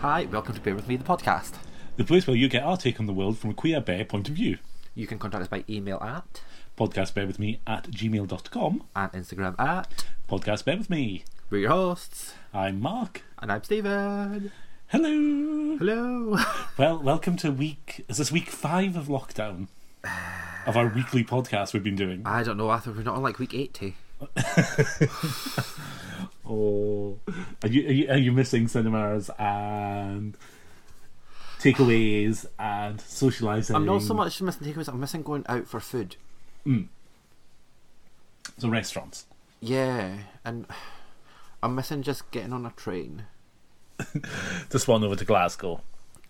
Hi, welcome to Bear With Me, the podcast. The place where you get our take on the world from a queer bear point of view. You can contact us by email at Podcast bear with me at gmail.com. and Instagram at. Podcast bear with me. We're your hosts, I'm Mark. and I'm Stephen. Hello. Hello. Well, welcome to week. Is this week five of lockdown? Of our weekly podcast we've been doing. I don't know, I think we're not on like week eh? 80. Oh, are you are you, are you missing cinemas and takeaways and socialising? I'm not so much missing takeaways, I'm missing going out for food. so restaurants. Yeah, and I'm missing just getting on a train. Just one over to Glasgow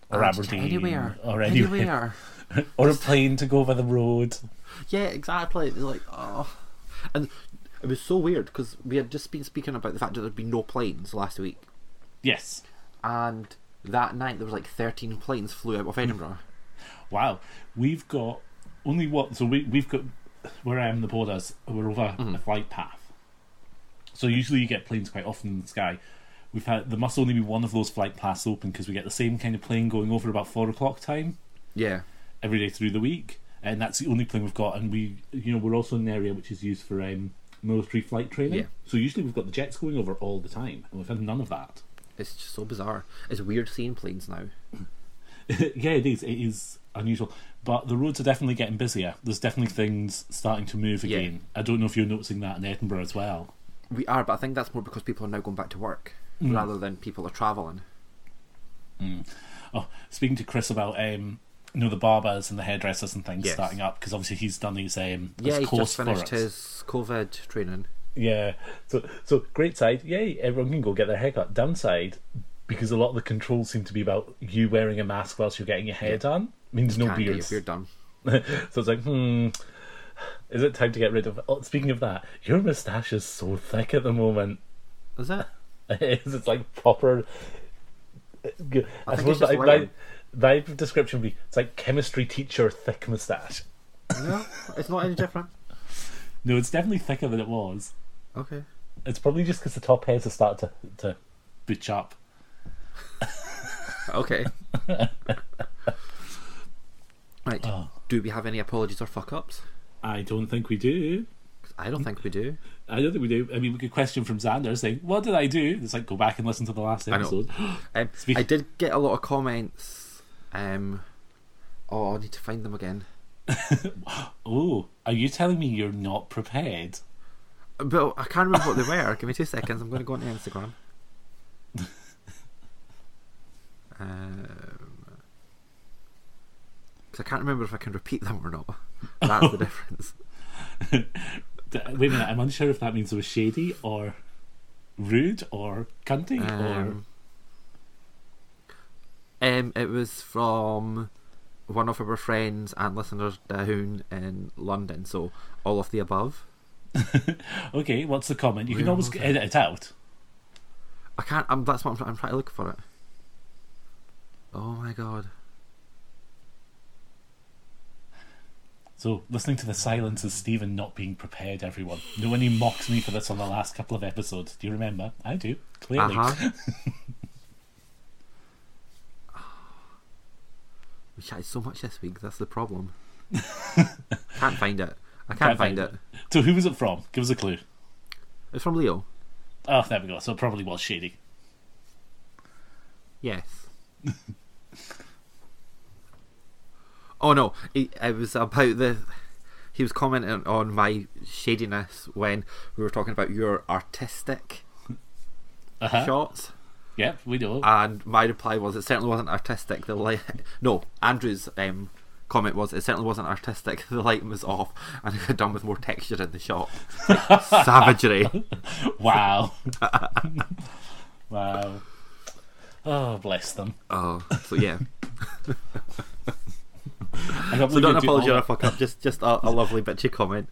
or And Aberdeen Anywhere. or anywhere, Anywhere. or a plane to go over the road. Yeah, exactly. It's like, oh. And it was so weird because we had just been speaking about the fact that there'd been no planes last week. Yes. and that night there was like 13 planes flew out of Edinburgh. Wow, we've got only what? So we we've got where I am in the borders. We're over a flight path. So usually you get planes quite often in the sky. We've had there must only be one of those flight paths open because we get the same kind of plane going over about four o'clock time Yeah. every day through the week, and that's the only plane we've got. And we, you know, we're also in an area which is used for um, military flight training. Yeah. So usually we've got the jets going over all the time, and we've had none of that. It's just so bizarre. It's weird seeing planes now. yeah, it is. It is unusual, but the roads are definitely getting busier. There's definitely things starting to move Yeah. again. I don't know if you're noticing that in Edinburgh as well. We are, but I think that's more because people are now going back to work Hmm. rather than people are travelling. Oh, speaking to Chris about um, you know the barbers and the hairdressers and things Yes. starting up because obviously he's done his um his Yeah, he's course just finished for us. his COVID training. Yeah, so so great side. Yay, everyone can go get their haircut. Downside, because a lot of the controls seem to be about you wearing a mask whilst you're getting your hair done. Means no Can't get your beards. beard done. so it's like, hmm, is it time to get rid of? Oh, speaking of that, your moustache is so thick at the moment. Is it? It is. It's like proper. I, it's suppose just that layered. that, that description would be it's like chemistry teacher thick moustache. No, it's not any different. No, it's definitely thicker than it was. Okay. It's probably just because the top hairs have started to to butch up. Okay. right. Oh. Do we have any apologies or fuck ups? I don't think we do. I don't think we do. I don't think we do. I mean, we could question from Xander saying, "What did I do?" It's like go back and listen to the last know. episode. Um, Speak- I did get a lot of comments. Um, oh, I need to find them again. oh, are you telling me you're not prepared? But I can't remember what they were. Give me two seconds. I'm going to go onto Instagram. Um 'cause I can't remember if I can repeat them or not. That's the difference. D- Wait a minute, I'm unsure if that means it was shady or rude or cunty or. Um, um, it was from one of our friends and listeners down in London. So all of the above. Okay, what's the comment? You can Where always was it? edit it out. I can't. I'm, that's what I'm, try- I'm trying to look for it. Oh my god. So, listening to the silence is Stephen not being prepared, everyone. No one he mocks me for this on the last couple of episodes. Do you remember? I do, Uh clearly. huh. we chatted so much this week. That's the problem. can't find it. I can't, find, it. So, who was it from? Give us a clue. It's from Leo. Oh, there we go. So, it probably was shady. Yes. oh no! It, it was about the. He was commenting on my shadiness when we were talking about your artistic Uh huh. shots. Yep, we know. And my reply was, it certainly wasn't artistic. The light, no, Andrew's um, comment was, it certainly wasn't artistic. The light was off, and I could done with more texture in the shot. Savagery. wow. wow. Oh, bless them. Oh, so yeah. I can't So believe don't you're doing all apologise that. or fuck up. Just, just a, a lovely bitchy comment.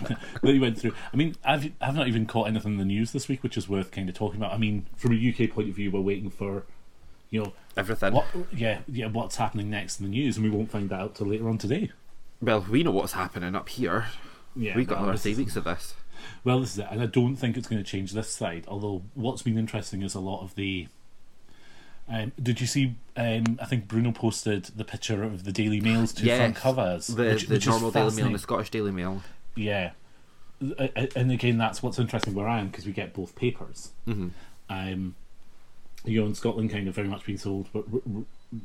that you went through. I mean, I've I've not even caught anything in the news this week, which is worth kind of talking about. I mean, from a UK point of view, we're waiting for, you know, Everything. what yeah yeah what's happening next in the news, and we won't find that out till later on today. Well, we know what's happening up here. Yeah, We've got well, another this three is- weeks of this. Well, this is it, and I don't think it's going to change this side. Although what's been interesting is a lot of the Um, did you see? Um, I think Bruno posted the picture of the Daily Mail's two Yes, front covers, The, which, the which normal is Daily Mail and fascinating. the Scottish Daily Mail. Yeah, A- a- and again, that's what's interesting where I am because we get both papers. Mm-hmm. Um, you know, in Scotland, kind of very much being told, but r- r-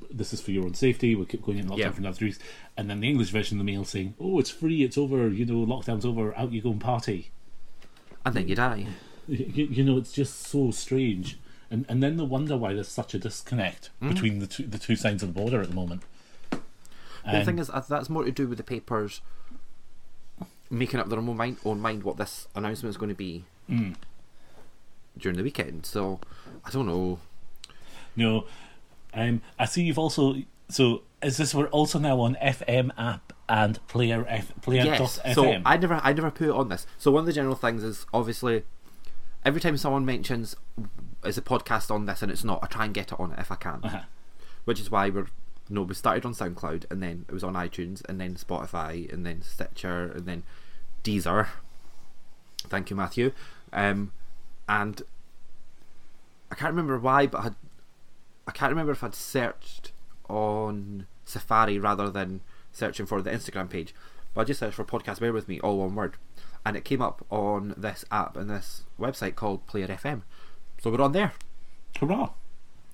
this is for your own safety. We keep going in lockdown Yeah. for another three weeks, and then the English version of the Mail saying, "Oh, it's free, it's over. You know, lockdown's over. Out you go and party." And then you die. you, you know it's just so strange and and then they wonder why there's such a disconnect Mm-hmm. between the two the two sides of the border at the moment The Um, thing is, uh, that's more to do with the papers making up their own mind, own mind what this announcement is going to be Mm. during the weekend. So I don't know. no um i see you've also so is this we're also now on fm app and player f player Yes. dot So fm I never, I never put it on this. So one of the general things is obviously every time someone mentions is a podcast on this and it's not, I try and get it on it if I can. Uh-huh. Which is why we're no, we started on SoundCloud and then it was on iTunes and then Spotify and then Stitcher and then Deezer. Thank you, Matthew. Um, and I can't remember why, but I, had, I can't remember if I'd searched on Safari rather than searching for the Instagram page. But I just searched for podcast. Bear with me, all one word, and it came up on this app and this website called Player FM. So we're on there. hurrah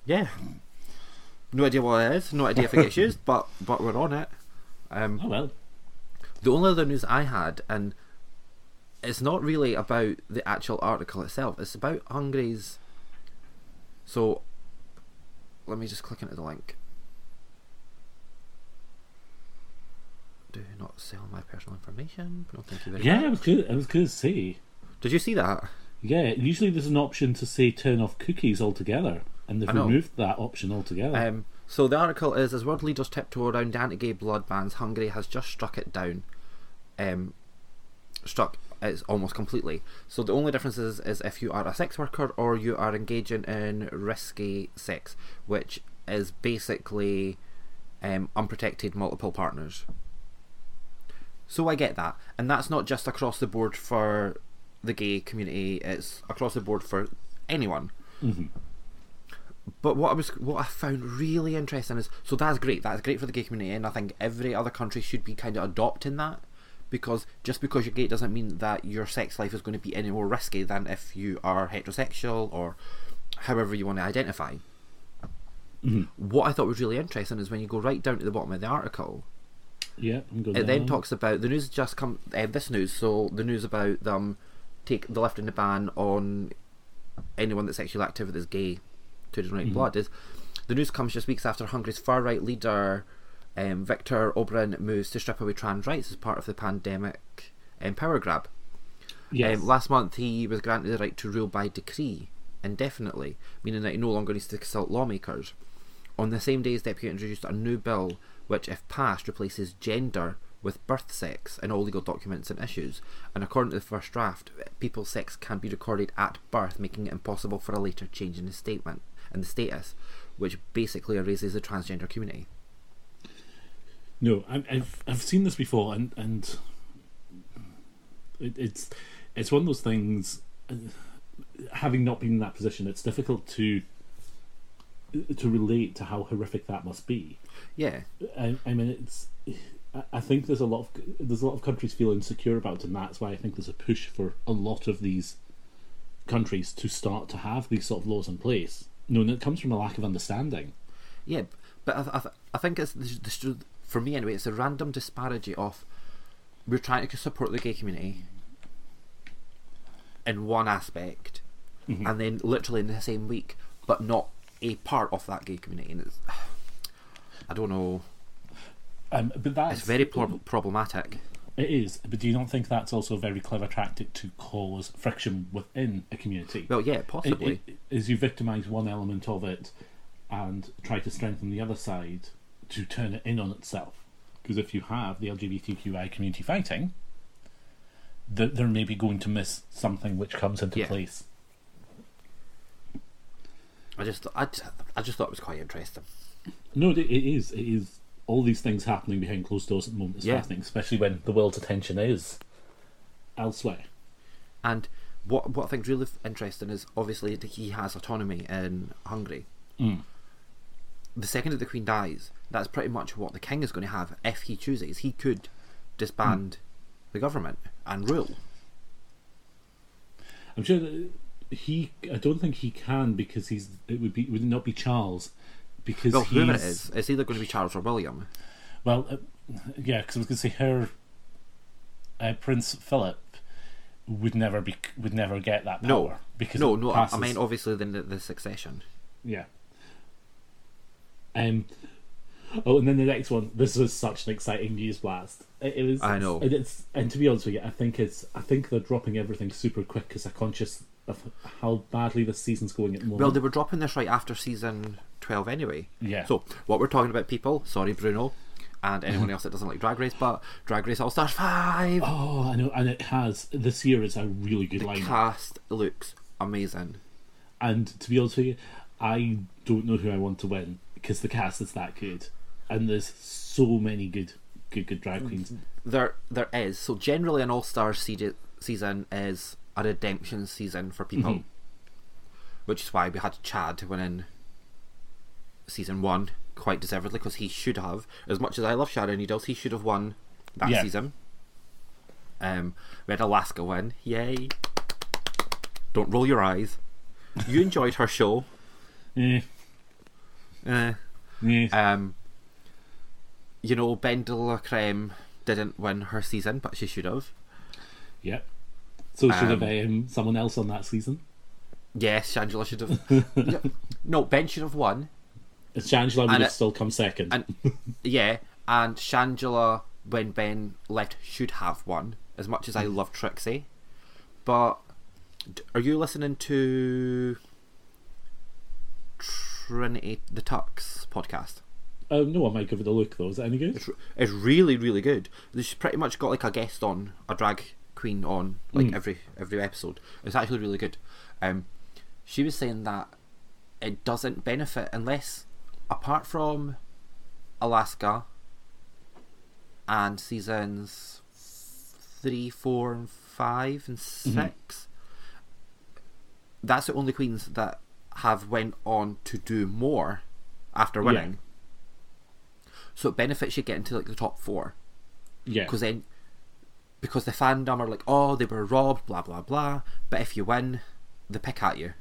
Yeah. No idea what it is. No idea if it gets used, but but we're on it. Um, oh well the only other news I had, and it's not really about the actual article itself. It's about Hungary's. So, let me just click into the link. Do not sell my personal information. No, thank you very yeah it much. was good it was good to see Did you see that? yeah usually there's an option to say turn off cookies altogether and they've I know. removed that option altogether Um, so the article is as world leaders tiptoe around anti-gay blood bans, Hungary has just struck it down, um, struck it almost completely. So the only difference is, is if you are a sex worker or you are engaging in risky sex, which is basically um, unprotected multiple partners. So I get that, and that's not just across the board for the gay community; it's across the board for anyone. But what I was, what I found really interesting is, so that's great. That's great for the gay community, and I think every other country should be kind of adopting that, because just because you're gay doesn't mean that your sex life is going to be any more risky than if you are heterosexual or however you want to identify. What I thought was really interesting is when you go right down to the bottom of the article, yeah i'm going it then down. talks about the news has just come. Um, this news, so the news about um, take the left in the ban on anyone that's sexually active that is gay to donate blood is. The news comes just weeks after Hungary's far right leader um, Viktor Orbán moves to strip away trans rights as part of the pandemic um, power grab. yes. Um, last month, he was granted the right to rule by decree indefinitely, meaning that he no longer needs to consult lawmakers. On the same day, his deputy introduced a new bill which, if passed, replaces gender with birth sex in all legal documents and issues. And according to the first draft, people's sex can be recorded at birth, making it impossible for a later change in the statement and the status, which basically erases the transgender community. No, I, I've I've seen this before, and and it, it's it's one of those things. uh, Having not been in that position, it's difficult to to relate to how horrific that must be. Yeah, I, I mean, it's. I- I think there's a lot of there's a lot of countries feel insecure about, it, and that's why I think there's a push for a lot of these countries to start to have these sort of laws in place. No, and it comes from a lack of understanding. Yeah, b- but I, th- I, th- I think it's the, the, stru- for me anyway. It's a random disparity of we're trying to support the gay community in one aspect, Mm-hmm. and then literally in the same week, but not a part of that gay community. And it's I don't know. Um, but that's It's very prob- problematic. It is, but do you not think that's also a very clever tactic to cause friction within a community? Well, yeah, It- possibly. it- Is you victimise one element of it and try to strengthen the other side to turn it in on itself. Because if you have the LGBTQI community fighting, th- they're maybe going to miss something which comes into Yeah. place. I just, I, j- I just thought it was quite interesting. No, it, it is. It is. All these things happening behind closed doors at the moment is Yeah. fascinating, especially when the world's attention is elsewhere. And Mm. what what I think's really f- interesting is obviously that he has autonomy in Hungary, the second that the queen dies, that's pretty much what the king is going to have if he chooses. He could disband Mm. the government and rule. I'm sure that he. I don't think he can because he's. It would be. It would not be Charles because Well, he's. whoever it is, it's either going to be Charles or William. Well, uh, yeah, because I was going to say her. Uh, Prince Philip would never be. Would never get that power. No, because no, it no. I- passes- Mm. I mean, oh. obviously, then the, the succession. Yeah. Um. Oh, and then the next one. This was such an exciting news blast. It, it was. I know. And it's and to be honest with you, I think it's. I think they're dropping everything super quick because they're conscious of how badly this season's going at the moment. Well, they were dropping this right after season 12 anyway. Yeah. So, what we're talking about, people, sorry, Bruno, and Mm-hmm. anyone else that doesn't like Drag Race, but Drag Race All Stars 5 oh, I know, and it has this year is a really good lineup. cast looks amazing. And to be honest with you, I don't know who I want to win because the cast is that good, and there's so many good, good, good drag queens. Mm-hmm. There, There is. So, generally, an All Stars season is a redemption season for people, which is why we had Chad win in season one quite deservedly because he should have, as much as I love Sharon Needles, he should have won that Yeah. season. Um, we had Alaska win. Yay. Don't roll your eyes. You enjoyed her show. Yeah, Eh. yeah. Um, you know, Bendela Creme didn't win her season, but she should have. Yep. So should have Um, um, someone else on that season. Yes, Shangela should have. Yeah. No, Ben should have won. Shangela would And have it- still come second. And yeah, and Shangela, when Ben left, should have won. As much as I love Trixie, but d- are you listening to Trinity the Tux podcast? Oh no, I might give it a look though. Is that any good? It's, r- it's really really good. She's pretty much got like a guest on a drag queen on like every every episode. It's actually really good. Um, she was saying that it doesn't benefit unless, apart from Alaska and seasons three, four, and five and 6 That's the only queens that have went on to do more after Yeah. winning. So it benefits you getting to like the top four Yeah. because then because the fandom are like, oh, they were robbed, blah blah blah. But if you win, they pick at you.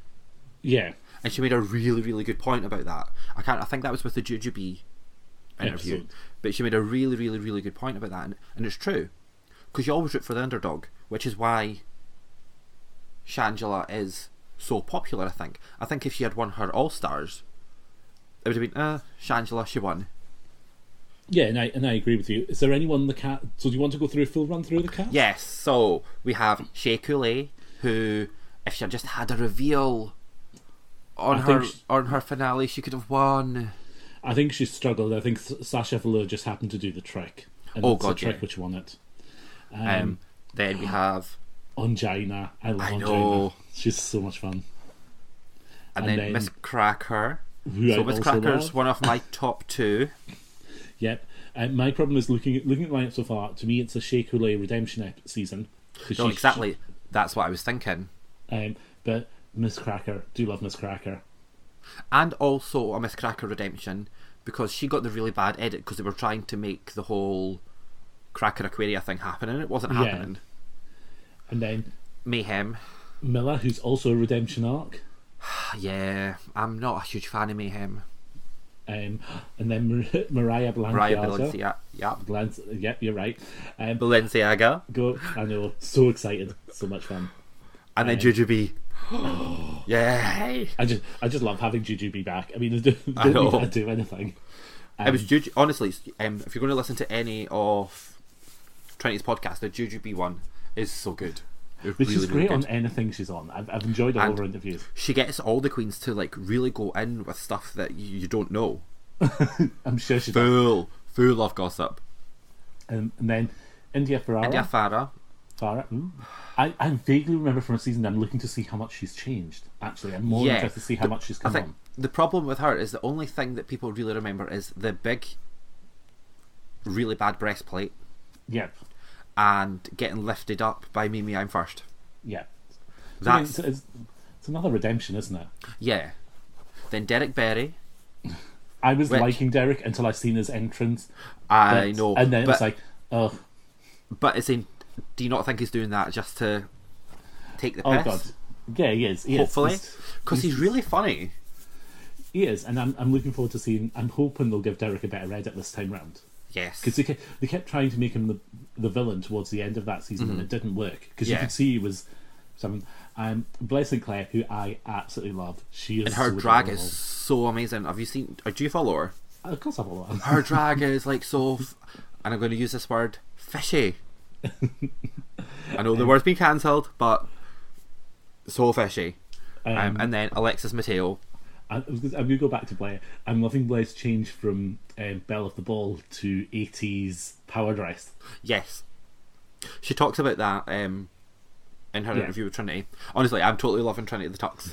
Yeah. And she made a really, really good point about that. I can't. I think that was with the Jujubee interview, Episode. but she made a really, really, really good point about that, and, and it's true, because you always root for the underdog, which is why Shangela is so popular. I think. I think if she had won her All Stars, it would have been, uh, Shangela, she won. Yeah, and I and I agree with you. Is there anyone in the cat? So do you want to go through a full run through of the cat? Yes, so we have Shea Coulee, who, if she had just had a reveal on I her think sh- on her finale, she could have won. I think she struggled. I think S- Sasha Velour just happened to do the trick. And Oh, it's the God, trick yeah. which won it. Um, Um, then we have, Angina. I love I Angina. know. She's so much fun. and, and then, then- Miss Cracker. Who I so Miss also Cracker's love. one of my top two. Yep. Uh, my problem is looking at looking at the lineup so far. To me, it's a Shea Coulee redemption ep- season. 'Cause No, she's- exactly. That's what I was thinking. Um, but Miss Cracker, do love Miss Cracker. And also a Miss Cracker redemption because she got the really bad edit because they were trying to make the whole Cracker Aquaria thing happen and it wasn't Yeah. happening. And then Mayhem. Miller, who's also a redemption arc. Yeah, I'm not a huge fan of Mayhem. Um, and then Mar- Mariah Blanchard. Raya Balenciaga. Yeah. yep, you're right. Um, Balenciaga. go, I know, so excited, so much fun. And then Jujubee. Yay! I just, I just love having Juju be back. I mean, they don't I know. need her to do anything. It was Juju. Honestly, um, if you're going to listen to any of Trinity's podcast, the Jujubee one is so good. It's But she's really, really great on good. anything she's on. I've, I've enjoyed all And- her interviews. She gets all the queens to like really go in with stuff that y- you don't know. I'm sure she does. Full, full of gossip. Um, and then India Ferrara. India Farah. Farah. ooh. I, I vaguely remember from a season. I'm looking to see how much she's changed. Actually, I'm more Yeah. interested to see how much she's I come think on. the problem with her is the only thing that people really remember is the big, really bad breastplate Yep. and getting lifted up by Mimi. I'm first. Yep. I mean, That's it's, it's, it's another redemption, isn't it? Yeah. Then Derek Berry. I was Which- liking Derek until I seen his entrance. I but- know, And then but, it's like, oh, but it's in. Do you not think he's doing that just to take the oh piss? god, yeah, he is. He is. Hopefully, He's- because he's really funny. he is, and I'm, I'm looking forward to seeing. I'm hoping they'll give Derek a better edit this time round. Yes, because they, ke- they kept trying to make him the the villain towards the end of that season, and it didn't work because you Mm-hmm. Yeah. could see he was some. Um, Blessing Claire, who I absolutely love, she is and her so drag adorable. is so amazing. Have you seen? uh, Do you follow her? Of course, I follow her. Her drag is like so, f- and I'm going to use this word fishy. I know the word's been cancelled, but so fishy. Um, and then Alexis Mateo. I, I was gonna- I'm gonna go back to Blair. I'm loving Blair's change from um, Belle of the Ball to 80s power dress. Yes, she talks about that um, in her Yeah. interview with Trinity. Honestly, I'm totally loving Trinity the Tux.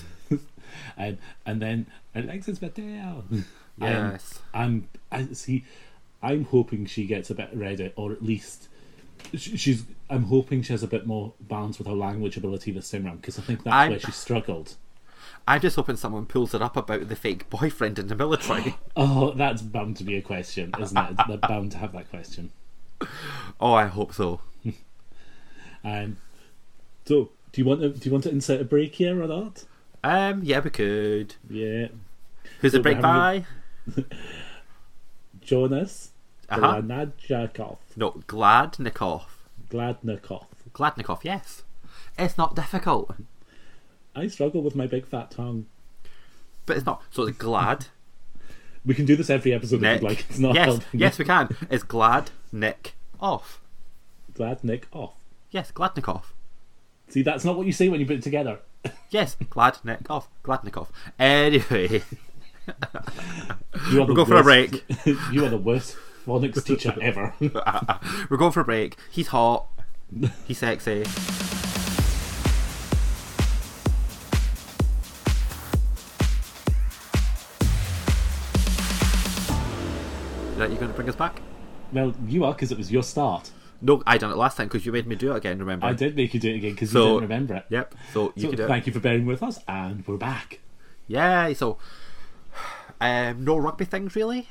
Um, and then Alexis Um, Mateo. Yes. I'm, I'm I see. I'm hoping she gets a bit redder, or at least sh- she's. I'm hoping she has a bit more balance with her language ability this time round because I think that's I'm- where she struggled. I'm just hoping someone pulls it up about the fake boyfriend in the military. Oh, that's bound to be a question, isn't it? They're bound to have that question. oh, I hope so. Um, so, do you want to, do you want to insert a break here or not? Um, yeah, we could. Yeah, Who's So it break we're having by? Jonas Uh-huh. Gladnakov. No, Gladnikov. Gladnikov. Gladnikov, yes. It's not difficult, I struggle with my big fat tongue. but it's not. So it's Glad We can do this every episode if Nick. you'd like. It's not yes, helping. yes, we can. It's Glad Nick off. Glad Nick off. Yes, Gladnikov. See, that's not what you say when you put it together. Yes, Glad Nick off. Gladnikov. Anyway, You are we're the going for a worst- break. you are the worst phonics teacher ever. We're going for a break. He's hot. He's sexy. That you're going to bring us back? well, you are because it was your start. No, I done it last time because you made me do it again. Remember? I did make you do it again because So- you didn't remember it. Yep. So you So can do it. thank you for bearing with us, and we're back. Yay! So, um, no rugby things really.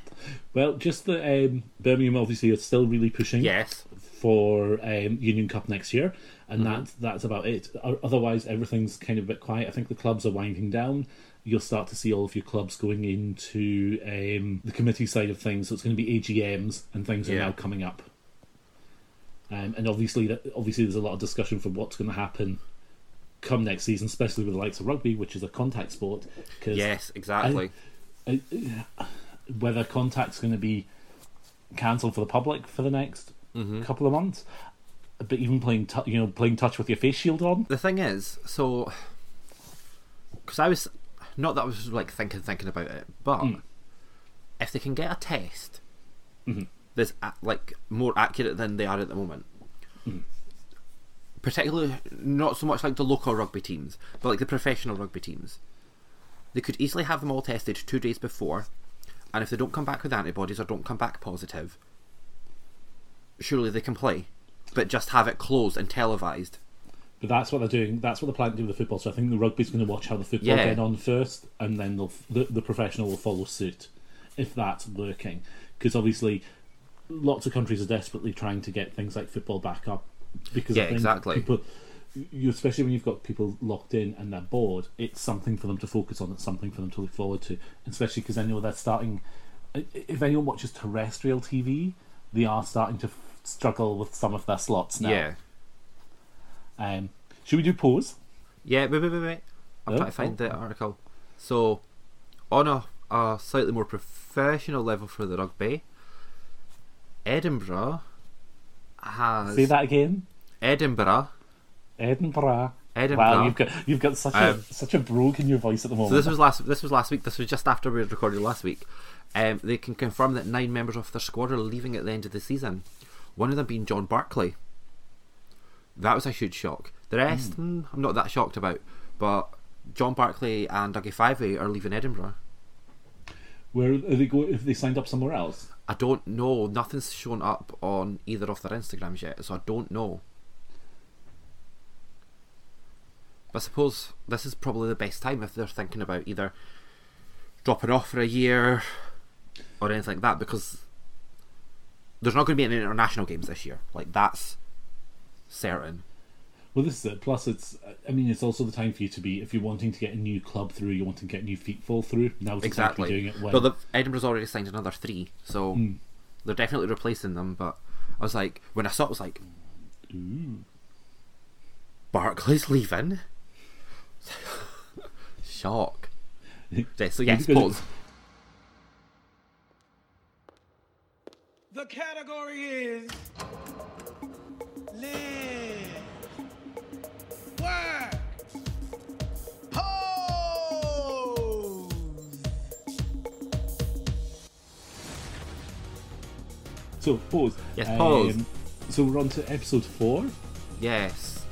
Well, just that um, Birmingham obviously are still really pushing Yes. for um, Union Cup next year, and that's that's about it. O- Otherwise, everything's kind of a bit quiet. I think the clubs are winding down. You'll start to see all of your clubs going into um, the committee side of things. So it's going to be AGMs and things are Yeah. now coming up. Um, and obviously, that, obviously, there's a lot of discussion for what's going to happen come next season, especially with the likes of rugby, which is a contact sport. 'cause Yes, exactly. Uh, whether contact's going to be cancelled for the public for the next couple of months. But even playing, tou you know, playing touch with your face shield on. the thing is, so because I was not that I was like thinking, thinking about it, but if they can get a test that's a- like more accurate than they are at the moment, particularly not so much like the local rugby teams, but like the professional rugby teams, they could easily have them all tested two days before, and if they don't come back with antibodies or don't come back positive, surely they can play, but just have it closed and televised. But that's what they're doing. That's what they're planning to do with the football. So I think the rugby's going to watch how the football Yeah. get on first, and then they'll, the the professional will follow suit if that's working. Because obviously, lots of countries are desperately trying to get things like football back up. Because I Yeah, think exactly. People, you, especially when you've got people locked in and they're bored, it's something for them to focus on. It's something for them to look forward to. Especially because I know they're starting. i- If anyone watches terrestrial TV, they are starting to f- struggle with some of their slots now. Yeah. Um, should we do pause? Yeah, wait, wait, wait, wait. I'm Oh, trying to find oh, the article. So, on a, a slightly more professional level for the rugby, Edinburgh has Say that again. Edinburgh. Edinburgh. Edinburgh. Wow, you've got you've got such Um, a such a brogue in your voice at the So moment. this was last. This was last week. This was just after we had recorded last week. Um, they can confirm that nine members of their squad are leaving at the end of the season. One of them being John Barkley. That was a huge shock. The rest, mm, I'm not that shocked about. But John Barkley and Dougie Fivey are leaving Edinburgh. Where are they go? If they signed up somewhere else, I don't know. Nothing's shown up on either of their Instagrams yet, so I don't know. But I suppose this is probably the best time if they're thinking about either dropping off for a year, or anything like that because there's not going to be any international games this year. Like that's certain. Well, this is it. Plus, it's I mean, it's also the time for you to be if you're wanting to get a new club through, you're wanting to get a new feet fall through. Now's Exactly. the time to be doing it. Hmm. When, Though the, Edinburgh's already signed another three, so they're definitely replacing them. But I was like, when I saw it, I was like, Barclays leaving. Shock. Yeah, so yes, Because- Paul's The category is live, work, pose. so pause. Yes, pause. Um, so we're on to episode four. yes.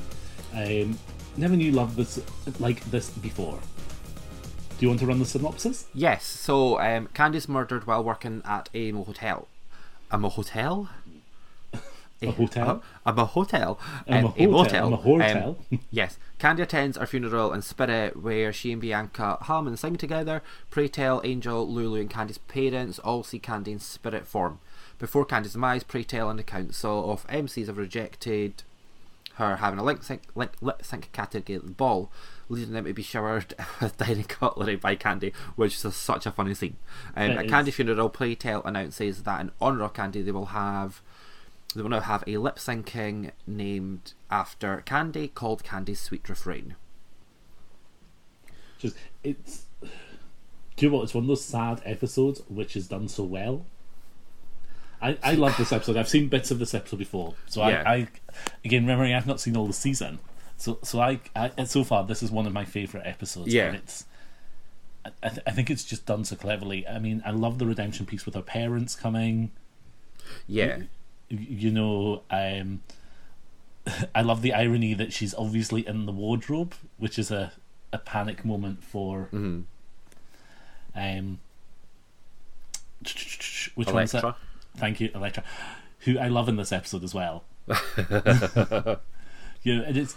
Um, never knew love this like this before. Do you want to run the synopsis? Yes, so um, Candice murdered while working at a motel. A motel? A hotel? A, a motel. A Um, motel, motel. a motel. Um, yes. Candy attends her funeral in spirit, where she and Bianca hum and sing together. Pray tell, Angel, Lulu, and Candy's parents all see Candy in spirit form. Before Candy's demise, Pray tell and the council of MCs have rejected her having a lip sync, lip, lip sync category ball, leading them to be showered with dining cutlery by Candy, which is such a funny scene. Um, It at is. Candy funeral, Playtale announces that in honour of Candy, they will have they will now have a lip syncing named after Candy, called Candy's Sweet Refrain. Just it's. Do you know what? It's one of those sad episodes which is done so well. I, I love this episode. I've seen bits of this episode before, so Yeah. I, I again remembering I've not seen all the season. So so I, I and so far this is one of my favorite episodes. Yeah. and it's. I- I, th- I think it's just done so cleverly. I mean, I love the redemption piece with her parents coming. Mm-hmm. Yeah, y- You know, um, I love the irony that she's obviously in the wardrobe, which is a, a panic moment for Mm-hmm. um, which one's that? Electra. Thank you, Electra, who I love in this episode as well. you know, and it's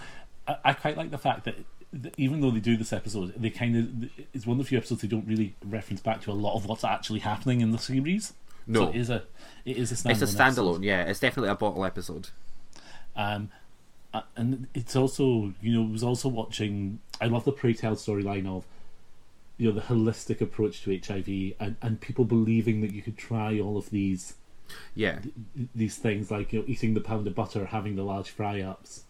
I, I quite like the fact that, that even though they do this episode, they kind of it's one of the few episodes they don't really reference back to a lot of what's actually happening in the series. No. so it is a it is a standalone. it's a episode. standalone. Yeah, it's definitely a bottle episode. Um, uh, and it's also, you know, it was also watching. I love the Pray Tell storyline of, you know, the holistic approach to HIV and, and people believing that you could try all of these Yeah, these things like you know eating the pound of butter, having the large fry ups.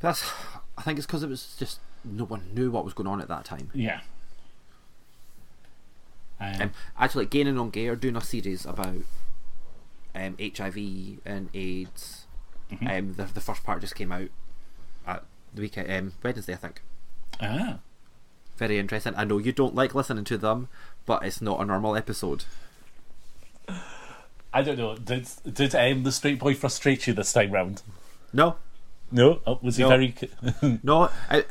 that's. I think it's because it was just no one knew what was going on at that time. Yeah. Um, Um, actually, Gaining on Gay are doing a series about um, HIV and AIDS. Um, the, the first part just came out at the weekend, um, Wednesday, I think. ah, Very interesting. I know you don't like listening to them, but it's not a normal episode. I don't know. Did did um, the straight boy frustrate you this time round? No, No. Oh, was he No. very? no. I,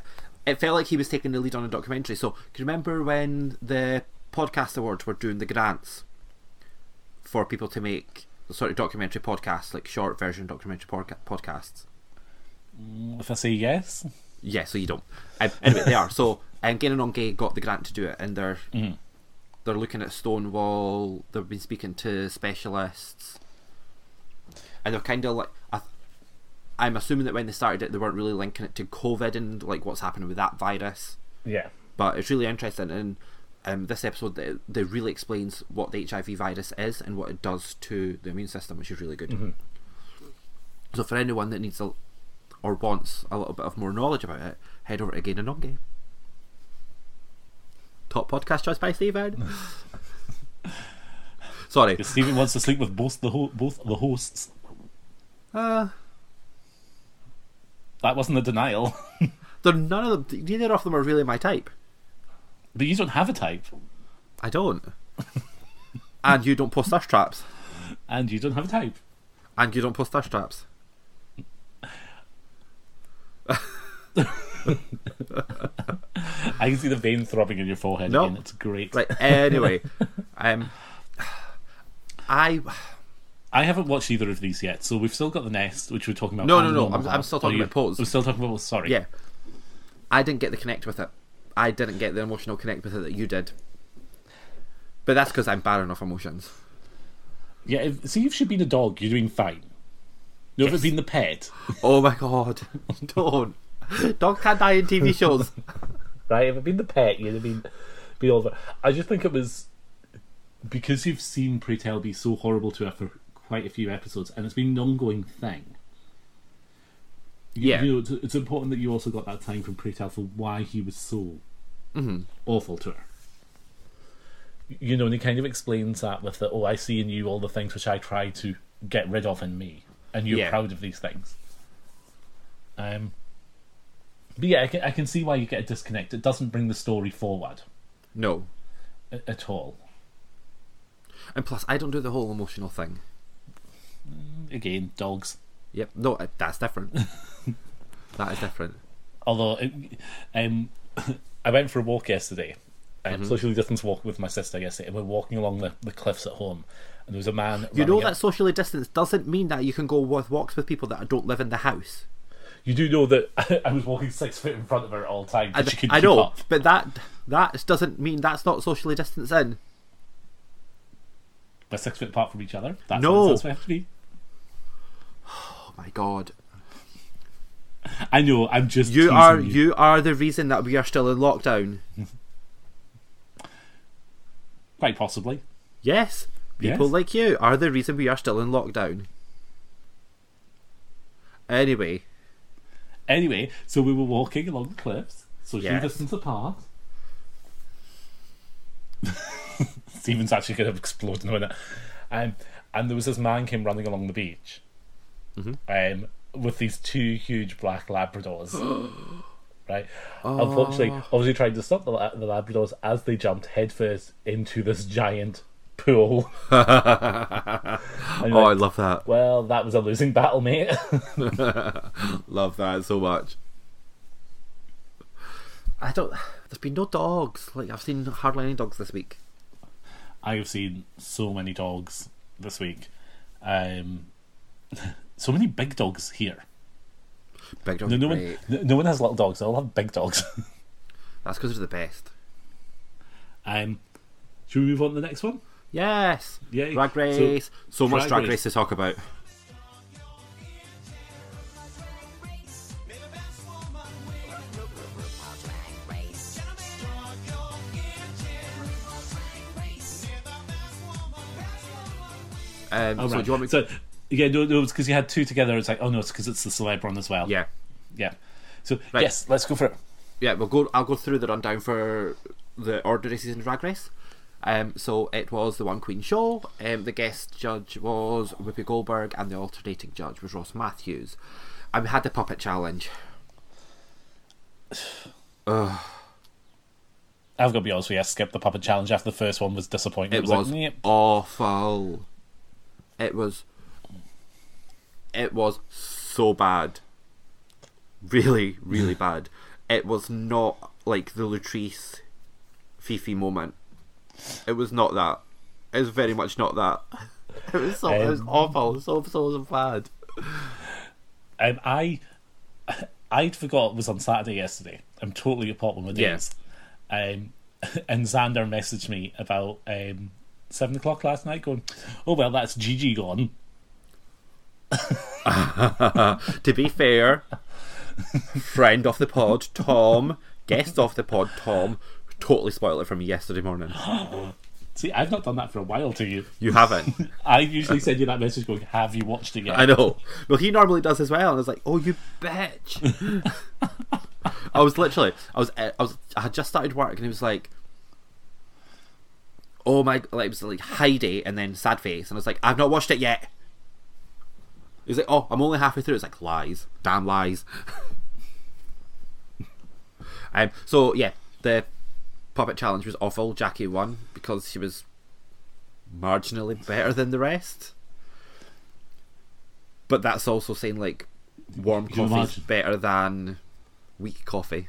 it felt like he was taking the lead on a documentary. So, can you remember when the podcast awards were doing the grants for people to make sort of documentary podcasts, like short version documentary podca- podcasts? if I say yes, Yeah, so you don't. Um, anyway, they are. So um, Gaining on Gay got the grant to do it, and they're they're looking at Stonewall. They've been speaking to specialists, and they're kind of like. I, th- I'm assuming that when they started it, they weren't really linking it to COVID and like what's happening with that virus. yeah. But it's really interesting, and um, this episode they, they really explains what the HIV virus is and what it does to the immune system, which is really good. So for anyone that needs a, or wants a little bit of more knowledge about it, head over to Gain and Nonge. Top podcast choice by Steven. Sorry. Stephen wants to sleep with both the ho- both the hosts. Uh, That wasn't a denial. they're none of them. Neither of them are really my type. But you don't have a type, I don't. and you don't post thirst traps. and you don't have a type. And you don't post thirst traps. I can see the vein throbbing in your forehead No. again. It's great. Right. Anyway, um, I I haven't watched either of these yet, so we've still got the nest, which we're talking about. No, and no, the no, normal I'm- I'm half. still talking Oh, you- about Pose. We're still talking about. Sorry. yeah, I didn't get the connect with it. I didn't get the emotional connect with it that you did. But that's because I'm barren of emotions. Yeah, if, see, if she'd been a dog, you're doing fine. No, if it'd been the pet, Oh my god, don't. Dogs can't die in TV shows. right? If it'd been the pet, you'd have been, been all over. I just think it was because you've seen Pray Tell be so horrible to her for quite a few episodes, and it's been an ongoing thing. You- Yeah. you know, it's, it's important that you also got that time from Pray Tell for why he was so awful to her. You know, and he kind of explains that with the, oh, I see in you all the things which I try to get rid of in me, and you're Yeah. proud of these things. Um, but yeah, I can, I can see why you get a disconnect. It doesn't bring the story forward No. a- at all. And plus, I don't do the whole emotional thing. Again, dogs. Yep. No, uh, that's different. that is different. Although, it, um, I went for a walk yesterday, um, Mm-hmm. socially distanced walk with my sister yesterday, and we're walking along the, the cliffs at home, and there was a man. You running know up- that socially distance doesn't mean that you can go with walks with people that don't live in the house. You do know that I, was walking six foot in front of her at all times. I, but she could I keep know, up. but that that doesn't mean that's not socially distancing. We're six foot apart from each other. That's No. what it's supposed to be. Oh my god. I know. I'm just. You teasing are you. you are the reason that we are still in lockdown. quite possibly. Yes. People Yes. like you are the reason we are still in lockdown. Anyway, Anyway, so we were walking along the cliffs, socially Yes. distance apart. Stephen's actually going to explode in a minute. Um, and there was this man came running along the beach, Mm-hmm. um, with these two huge black Labradors. right. Unfortunately, Ah. obviously trying to stop the, la- the Labradors as they jumped headfirst into this giant pool. And you're oh, I like, love that. well, that was a losing battle, mate. Love that so much. I don't. There's been no dogs. Like I've seen hardly any dogs this week. I have seen so many dogs this week. Um, so many big dogs here. Big dogs. No, no are one, great. no no one has little dogs. They all have big dogs. That's because they're the best. um, should we move on to the next one? Yes. Yay. Drag So- race. So, much Drag drag Race. race. to talk about. Um, Oh, so right. do you want me? So, yeah, no, no, it's because you had two together. It's like, oh no, it's because it's the celeb one as well. yeah. yeah. So Right. yes, let's go for it. yeah, we'll go. I'll go through the rundown for the order races in Drag Race. Um, so it was the one Queen Show. Um, the guest judge was Whoopi Goldberg, and the alternating judge was Ross Matthews. And we had the puppet challenge. I've got to be honest with you. I skipped the puppet challenge after the first one was disappointing. It was like, "Nyeh." awful. It was. It was so bad. Really, really bad. It was not like the Latrice Fifi moment. It was not that. It was very much not that. It was so. it was Um, awful. So so so bad. Um, I I'd forgot it was on Saturday yesterday. I'm totally apart with my Yeah. days. Um, and Xander messaged me about um, seven o'clock last night, going, "Oh well, that's Gigi gone." To be fair, friend of the pod, Tom, guest of the pod, Tom, totally spoiled it for me yesterday morning. See, I've not done that for a while to you. You haven't. I usually send you that message going, "Have you watched it yet?" I know. Well, he normally does as well, and I was like, "Oh, you bitch!" I was literally, I was, I was, I had just started work, and he was like, "Oh my!" Like, it was like Heidi, and then sad face, and I was like, "I've not watched it yet." He's like, "Oh, I'm only halfway through." It's like lies, damn lies. um. So yeah, the puppet challenge was awful. Jackie won because she was marginally better than the rest. But that's also saying like warm you coffee is imagine? better than weak coffee.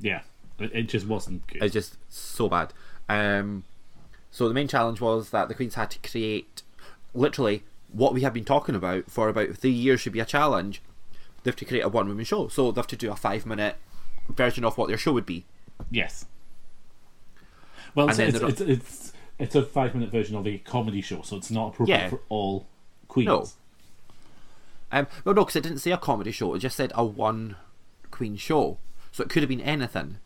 Yeah, it, it just wasn't good. It's just so bad. Um, so the main challenge was that the queens had to create literally what we have been talking about for about three years should be a challenge. They have to create a one woman show, so they have to do a five minute version of what their show would be. yes. Well, it's, then it's, the- it's, it's it's a five minute version of a comedy show, so it's not appropriate Yeah. for all queens. No. Um, well, no, because it didn't say a comedy show. It just said a one queen show. So it could have been anything.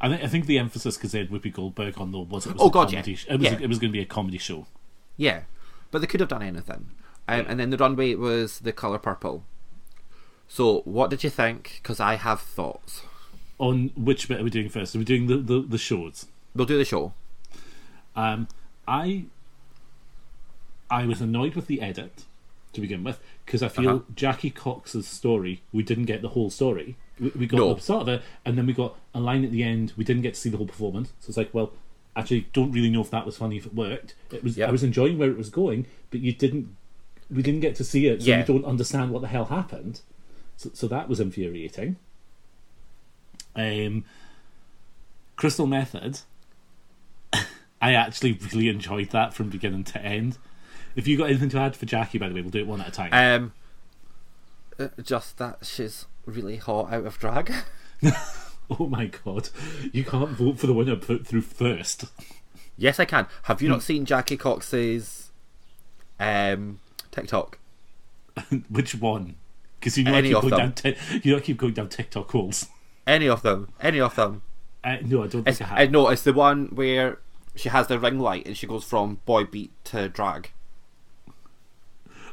I think I think the emphasis because they had Whoopi Goldberg on though was it was Oh, a God, comedy. yeah. sh- It was Yeah. it was going to be a comedy show. Yeah, but they could have done anything. Um, and then the runway was the color purple. So what did you think? Because I have thoughts. On which bit are we doing first? Are we doing the the, the shows? We'll do the show. Um, I I was annoyed with the edit to begin with because I feel Uh-huh. Jackie Cox's story we didn't get the whole story. We, we got No. the start of it, and then we got a line at the end. We didn't get to see the whole performance, so it's like, well, actually, don't really know if that was funny if it worked. It was. Yeah. I was enjoying where it was going, but you didn't. We didn't get to see it, so Yeah. you don't understand what the hell happened. So, so that was infuriating. Um, Crystal Method. I actually really enjoyed that from beginning to end. If you got anything to add for Jackie, by the way, we'll do it one at a time. Um, uh, just that she's really hot out of drag. oh my god, you can't vote for the winner put through first. yes, I can. Have you not seen Jackie Cox's um, TikTok? Which one? Because you know I Any keep of going them. down. Ti- you know I keep going down TikTok holes. Any of them? Any of them? Uh, no, I don't think It's, I I have. no, it's the one where she has the ring light and she goes from boy beat to drag.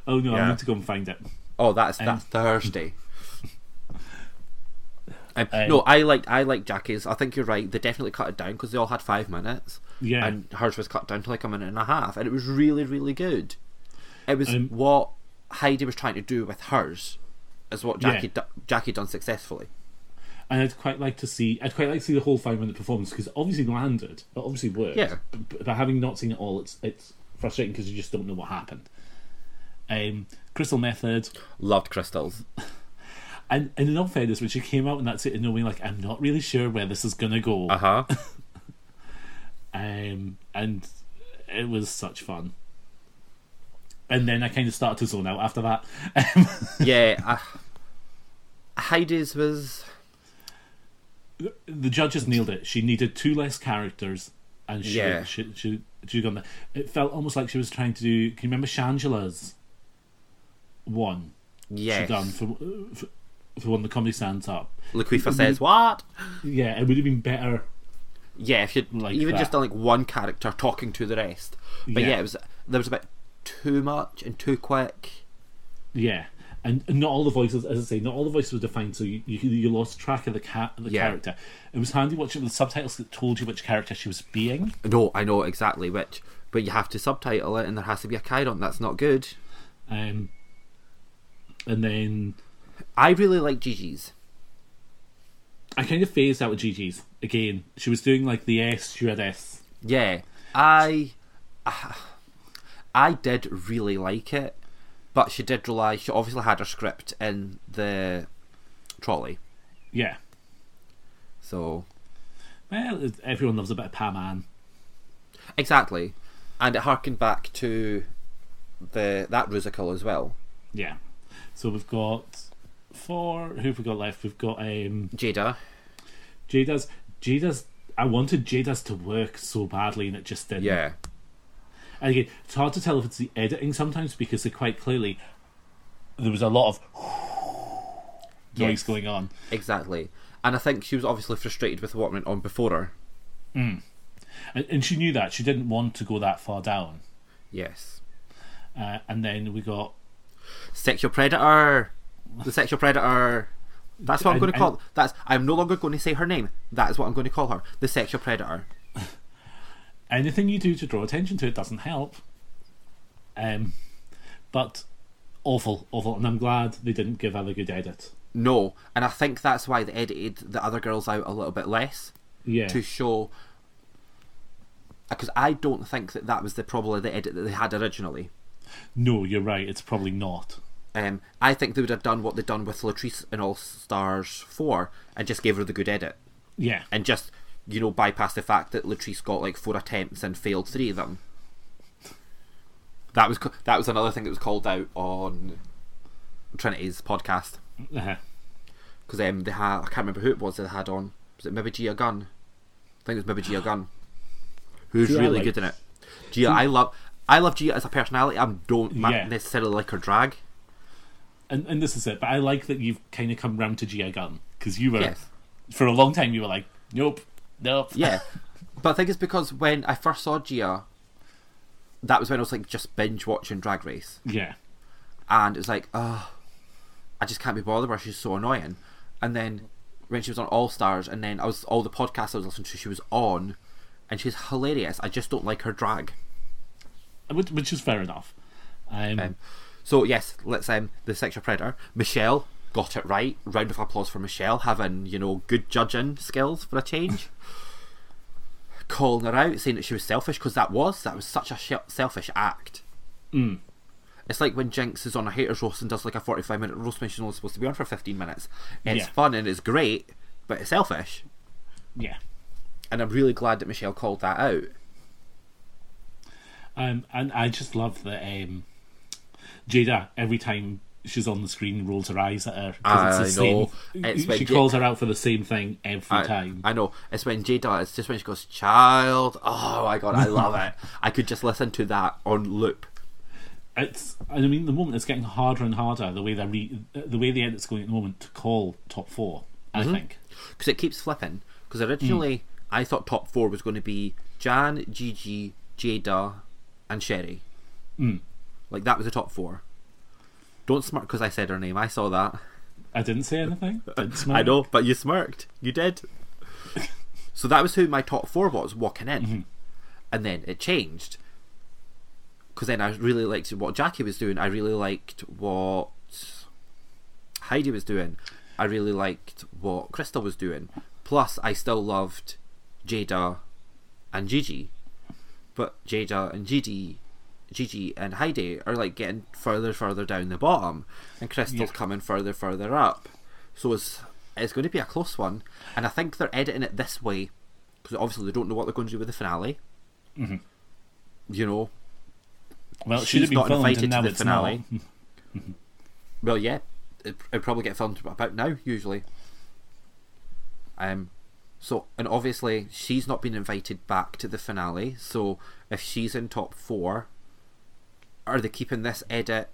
oh no, I yeah. need to go and find it. Oh, that's that's Thursday. Um, Um, no, I liked I liked Jackie's. I think you're right. They definitely cut it down because they all had five minutes. Yeah. and hers was cut down to like a minute and a half, and it was really really good. It was Um, what Heidi was trying to do with hers, is what Yeah. Jackie do- Jackie done successfully. And I'd quite like to see. I'd quite like to see the whole five-minute performance because obviously landed. It obviously worked. Yeah. But, but having not seen it all, it's it's frustrating because you just don't know what happened. Um, Crystal Method. Loved crystals. And, and in all fairness, when she came out in that state of knowing, like, I'm not really sure where this is going to go. Uh huh. Um, and it was such fun. And then I kind of started to zone out after that. Um, yeah. I- Heidi's was the judges nailed it. She needed two less characters, and she Yeah. she she, she gone there. It felt almost like she was trying to do. Can you remember Shangela's one? yes. She done for, for for when the comedy stands up. Mm-hmm. Laquifa says what? Yeah, it would have been better. Yeah, if you Like even that. just done like one character talking to the rest. But yeah, Yeah. it was there was a bit too much and too quick. Yeah, and, and not all the voices, as I say, not all the voices were defined, so you you, you lost track of the cat the Yeah. character. It was handy watching the subtitles that told you which character she was being. No, I know exactly which, but you have to subtitle it, and there has to be a Chiron. That's not good. Um, and then I really like Gigi's. I kind of phased out with Gigi's again. She was doing like the S, she had S. Yeah, I, I did really like it, but she did rely. She obviously had her script in the trolley, Yeah. so Well, it- everyone loves a bit of Pam Ann. exactly, and it harkened back to the that Rusical as well. Yeah. So we've got four. Who have we got left? We've got um, Jada, Jada's. Jada's. I wanted Jada's to work so badly, and it just didn't. yeah. And again, it's hard to tell if it's the editing sometimes because they quite clearly there was a lot of noise Yes. going on. Exactly. And I think she was obviously frustrated with what went on before her. And, and she knew that. She didn't want to go that far down. Yes. Uh, and then we got Sexual predator. The sexual predator. That's what I'm And- going to call. and- That's. I'm no longer going to say her name. That is what I'm going to call her. The sexual predator. anything you do to draw attention to it doesn't help. Um, but awful, awful. And I'm glad they didn't give her a good edit. No, and I think that's why they edited the other girls out a little bit less Yeah. to show. Because I don't think that that was the probably the edit that they had originally. No, you're right. It's probably not. Um, I think they would have done what they'd done with Latrice in All Stars Four and just gave her the good edit. Yeah. and just you know bypass the fact that Latrice got like four attempts and failed three of them. That was co- that was another thing that was called out on Trinity's podcast Uh-huh. because um, they had I can't remember who it was that they had on was it maybe Gia Gunn? I think it was maybe Gia Gunn, who's Who I really like. good in it. Gia, I love, I love Gia as a personality. I don't ma- Yeah. necessarily like her drag. and and this is it. But I like that you've kind of come round to GI Gun because you were Yes. for a long time you were like, nope, nope, Yeah, but I think it's because when I first saw Gia, that was when I was like just binge watching Drag Race, yeah, and it's like, oh, I just can't be bothered with her. She's so annoying. And then when she was on All Stars, and then I was all the podcasts I was listening to, she was on, and she's hilarious. I just don't like her drag. which, which is fair enough. Um, Um, so yes, let's um the sexual predator Michelle got it right. Round of applause for Michelle having you know good judging skills for a change. Calling her out, saying that she was selfish because that was that was such a sh- selfish act. It's like when Jinx is on a haters roast and does like a forty-five minute roast when she's only supposed to be on for fifteen minutes. It's Yeah. fun and it's great, but it's selfish. yeah. And I'm really glad that Michelle called that out. Um, and I just love that um, Jada every time she's on the screen rolls her eyes at her. 'cause it's the I know. Same, It's when she Ja- calls her out for the same thing every I- time. I know. It's when Jada. It's just when she goes, "Child." Oh my god, I love it. I could just listen to that on loop. it's and I mean the moment it's getting harder and harder the way they re, the way the edit's going at the moment to call top 4 Mm-hmm. I think because it keeps flipping. Because originally I thought top four was going to be Jan, Gigi, Jada, and Sherry. Like that was the top four. Don't smirk because I said her name. I saw that. I didn't say anything didn't I smile. know, but you smirked. You did. so that was who my top four was walking in, and then it changed. Because then I really liked what Jackie was doing. I really liked what Heidi was doing. I really liked what Crystal was doing. Plus, I still loved Jada and Gigi, but Jada and Gigi. Gigi and Heidi are like getting further, further down the bottom, and Crystal's Yeah. coming further, further up. So it's it's going to be a close one, and I think they're editing it this way because obviously they don't know what they're going to do with the finale. Mm-hmm. You know, well it she's should have been not filmed invited and to now the it's finale. not well, yeah, it it'd probably get filmed about now usually. Um, so and obviously she's not been invited back to the finale. So if she's in top four, are they keeping this edit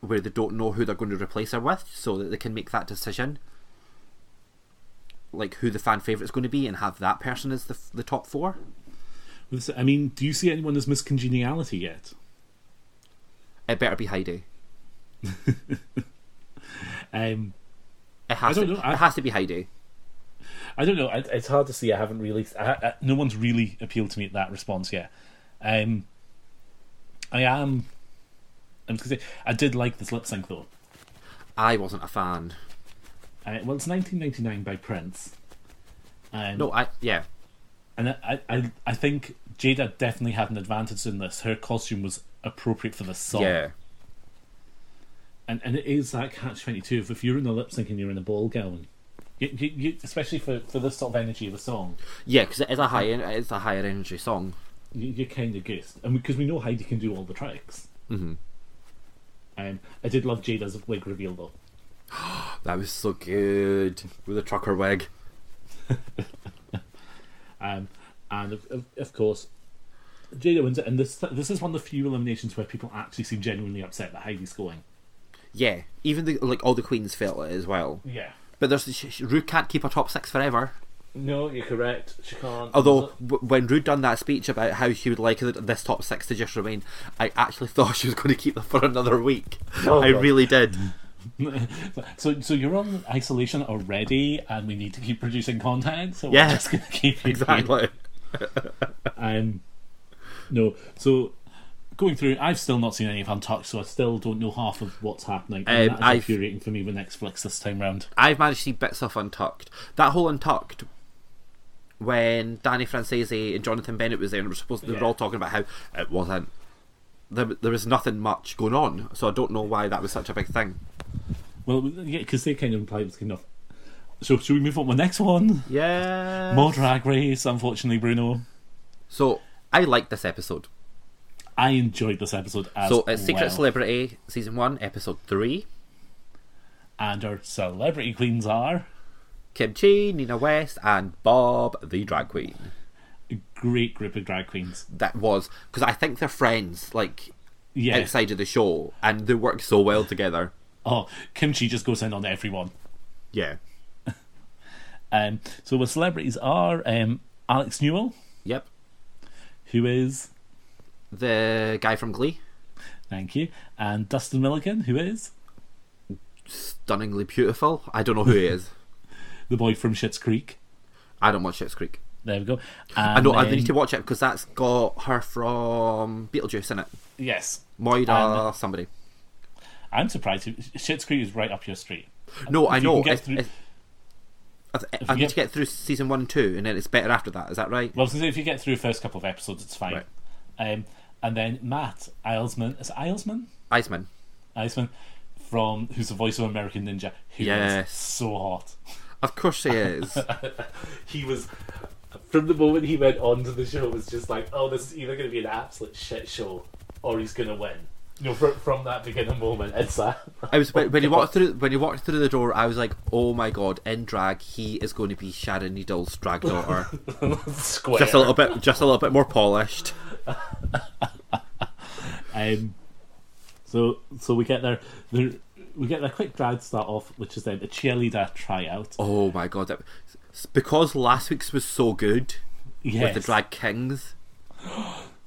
where they don't know who they're going to replace her with, so that they can make that decision? Like who the fan favorite is going to be, and have that person as the f- the top four. This- I mean do you see anyone as Miss Congeniality yet It better be Heidi. um, It has I to. don't know, I- It has to be Heidi. I don't know I, it's hard to see I haven't really I, I, no one's really appealed to me at that response yet um, I am I'm just gonna say I did like this lip sync though I wasn't a fan. uh, well it's 1999 by Prince um, No, I yeah. And I, I, I think Jada definitely had an advantage in this. Her costume was appropriate for the song. Yeah. And and it is that catch twenty two of if you're in a lip sync and you're in a ball gown, you, you, you, especially for, for this sort of energy of a song, Yeah, because it is a high, it is a higher energy song. you, you're kind of goosed. And because we know Heidi can do all the tricks. Mm-hmm. Um, I did love Jada's wig reveal though. That was so good with a trucker wig. Um, and of, of, of course, Jada wins it. And this this is one of the few eliminations where people actually seem genuinely upset that Heidi's going. Yeah, even the like all the queens felt it as well. Yeah. But there's she, she- Rue can't keep her top six forever. No, you're correct. She can't. Although w- when Rue done that speech about how she would like th- this top six to just remain, I actually thought she was going to keep them for another week. I God. really did. so so you're on isolation already, and we need to keep producing content. So Yeah. we're just gonna keep you Exactly. here. Um, no, so going through, I've still not seen any of Untucked, so I still don't know half of what's happening. And Um, that's I've- infuriating for me with Netflix this time round. I've managed to see bits of Untucked. That whole Untucked when Danny Francese and Jonathan Bennett was there and we're supposed they were Yeah. all talking about how it wasn't there, there was nothing much going on, so I don't know why that was such a big thing. Well, yeah, because they kind of implied it was good enough. So should we move on to the next one? Yeah. More Drag Race, unfortunately, Bruno. So I like this episode. I enjoyed this episode as So it's Secret well. Celebrity season one, episode three. and our celebrity queens are. Kim Chi, Nina West, and Bob the drag queen. a great group of drag queens. that was because I think they're friends, like Yeah. outside of the show, and they work so well together. Oh, Kimchi just goes in on everyone. Yeah. Um, so the celebrities are um, Alex Newell, Yep. who is The guy from Glee, thank you, and Dustin Milligan, who is stunningly beautiful. I don't know who he is. the boy from Schitt's Creek. I don't watch Shit's Creek. There we go. I And know I then- need to watch it because that's got her from Beetlejuice in it. Yes, Moira And- somebody. I'm surprised. Schitt's Creek is right up your street. No, I you can know. get it's- through- it's- I, th- If I you need get- to get through season one and two, and then it's better after that. Is that right? Well, since if you get through the first couple of episodes, it's fine. Right. Um, and then Matt Islesman is it Islesman Iceman. Islesman from who's the voice of American Ninja, who is Yes. so hot. Of course he is. He was from the moment he went on to the show was just like, oh, this is either going to be an absolute shit show or he's going to win. You know, from, from that beginning moment, it's that. I was when he walked through when he walked through the door. I was like, "Oh my god!" In drag, he is going to be Sharon Needles' drag daughter. square. just a little bit, just a little bit more polished. Um, so so we get there. there we get a quick drag start off, which is then a cheerleader tryout. Oh my god! That, s- because last week's was so good yes, with the drag kings,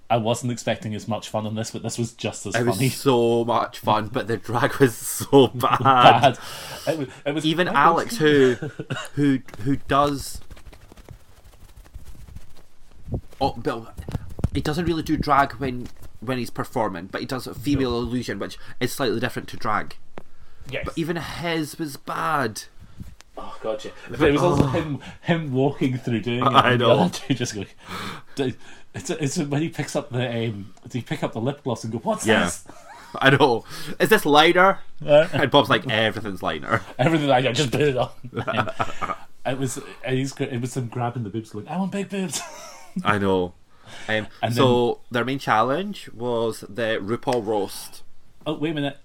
I wasn't expecting as much fun on this, but this was just as it funny. was so much fun. But the drag was so bad. Bad. It was, it was Even I was- Alex, who who who does, oh, Bill, he doesn't really do drag when when he's performing, but he does a female illusion, which is slightly different to drag. Yes. But even his was bad. oh god, yeah. But it was also him him walking through doing it. oh. I and the know. other two just going. "D- It's, it's when he picks up the um, do you pick up the lip gloss and go, what's Yeah. this? I know. Is this liner? Uh, And Bob's like, everything's liner. everything I got, just put it on. And it was and he's, gr- it was him grabbing the boobs, going, I want big boobs. I know. Um, And so their main challenge was the RuPaul roast. Oh wait a minute.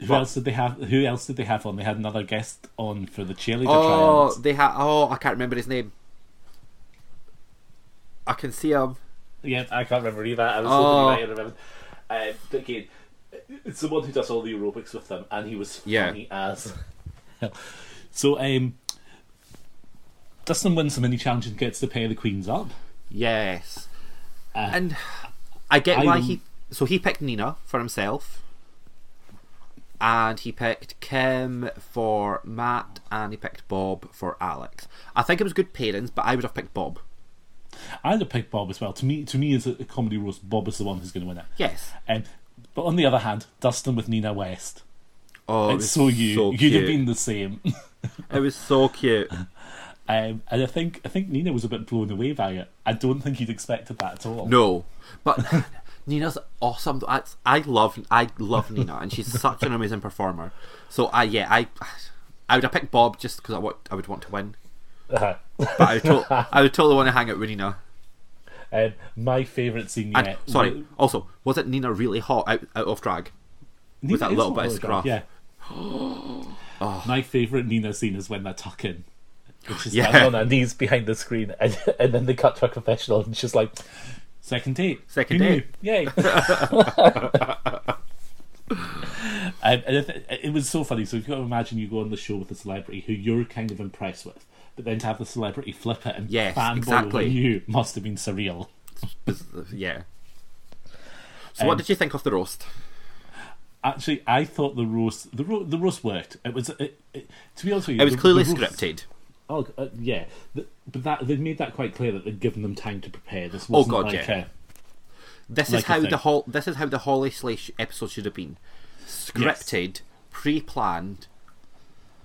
Who What? else did they have? Who else did they have on? They had another guest on for the cheerleader Oh, trials. they had. Oh, I can't remember his name. I can see him. Yeah, I can't remember either. I was Oh. looking at it, I remember. Uh, but again, it's the one who does all the aerobics with them, and he was Yeah. funny as hell. So, um, Dustin wins the mini challenge and gets to pay the queens up. Yes. Uh, and I get why I'm- he. So he picked Nina for himself. And he picked Kim for Matt, and he picked Bob for Alex. I think it was good pairings, but I would have picked Bob. I had to pick Bob as well. To me, to me, as a a comedy roast, Bob is the one who's going to win it. Yes. Um, but on the other hand, Dustin with Nina West. Oh, it It's was so you. You'd cute. have been the same. It was so cute. Um, and I think I think Nina was a bit blown away by it. I don't think you'd expected that at all. No, but Nina's awesome. I, I love I love Nina, and she's such an amazing performer. So I yeah I I would have picked Bob just because I want I would want to win, Uh-huh. but I would, to- I would totally want to hang out with Nina. Um, my favourite scene And yet. sorry, also wasn't Nina really hot out, out of drag? Nina that is little not bit of really scruff. Oh. drunk, Yeah. My favourite Nina scene is when they're tucking. Which is Yeah. yeah. on her knees behind the screen, and, and then they cut to a confessional, and she's like, Second date. Second Who date. knew? Yay. Um, and if- it was so funny. So you've got to imagine you go on the show with a celebrity who you're kind of impressed with, but then to have the celebrity flip it and Yes, fanboy exactly. over you must have been surreal. Yeah. So what Um, did you think of the roast? Actually, I thought the roast the ro- the roast worked. It was it, it, to be honest with you, It was the- clearly the roast- scripted. Oh uh, yeah, The- but that they made that quite clear that they'd given them time to prepare. This Oh, wasn't God, like uh, yeah. This like is a how thing. the whole this is how the Holly Slay sh- episode should have been scripted, pre-planned,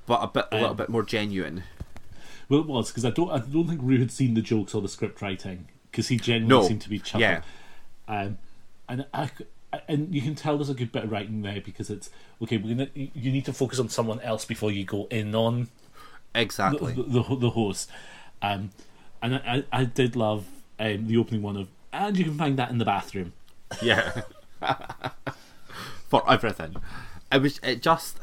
but a bit a little Um, bit more genuine. a, well, it was because I don't I don't think Rue had seen the jokes or the script writing because he genuinely No, seemed to be chuckling. yeah, um, and I, c- and you can tell there's a good bit of writing there because it's okay. We're gonna, you you need to focus on someone else before you go in on the exactly. the, the horse. Um, and I, I I did love um, the opening one of, and you can find that in the bathroom. yeah, for everything. It was it just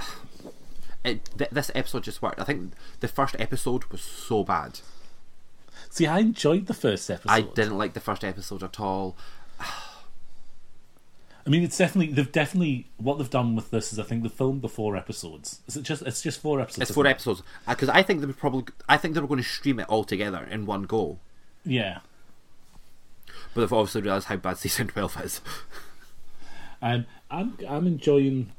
it th- this episode just worked. I think the first episode was so bad. See, I enjoyed the first episode. I didn't like the first episode at all. I mean, it's definitely they've definitely what they've done with this is I think they've filmed the four episodes. Is it just it's just four episodes? It's four isn't it? episodes because I think they were probably I think they were going to stream it all together in one go, e-, Yeah. but they've obviously realised how bad season twelve is. Um, I'm I'm enjoying.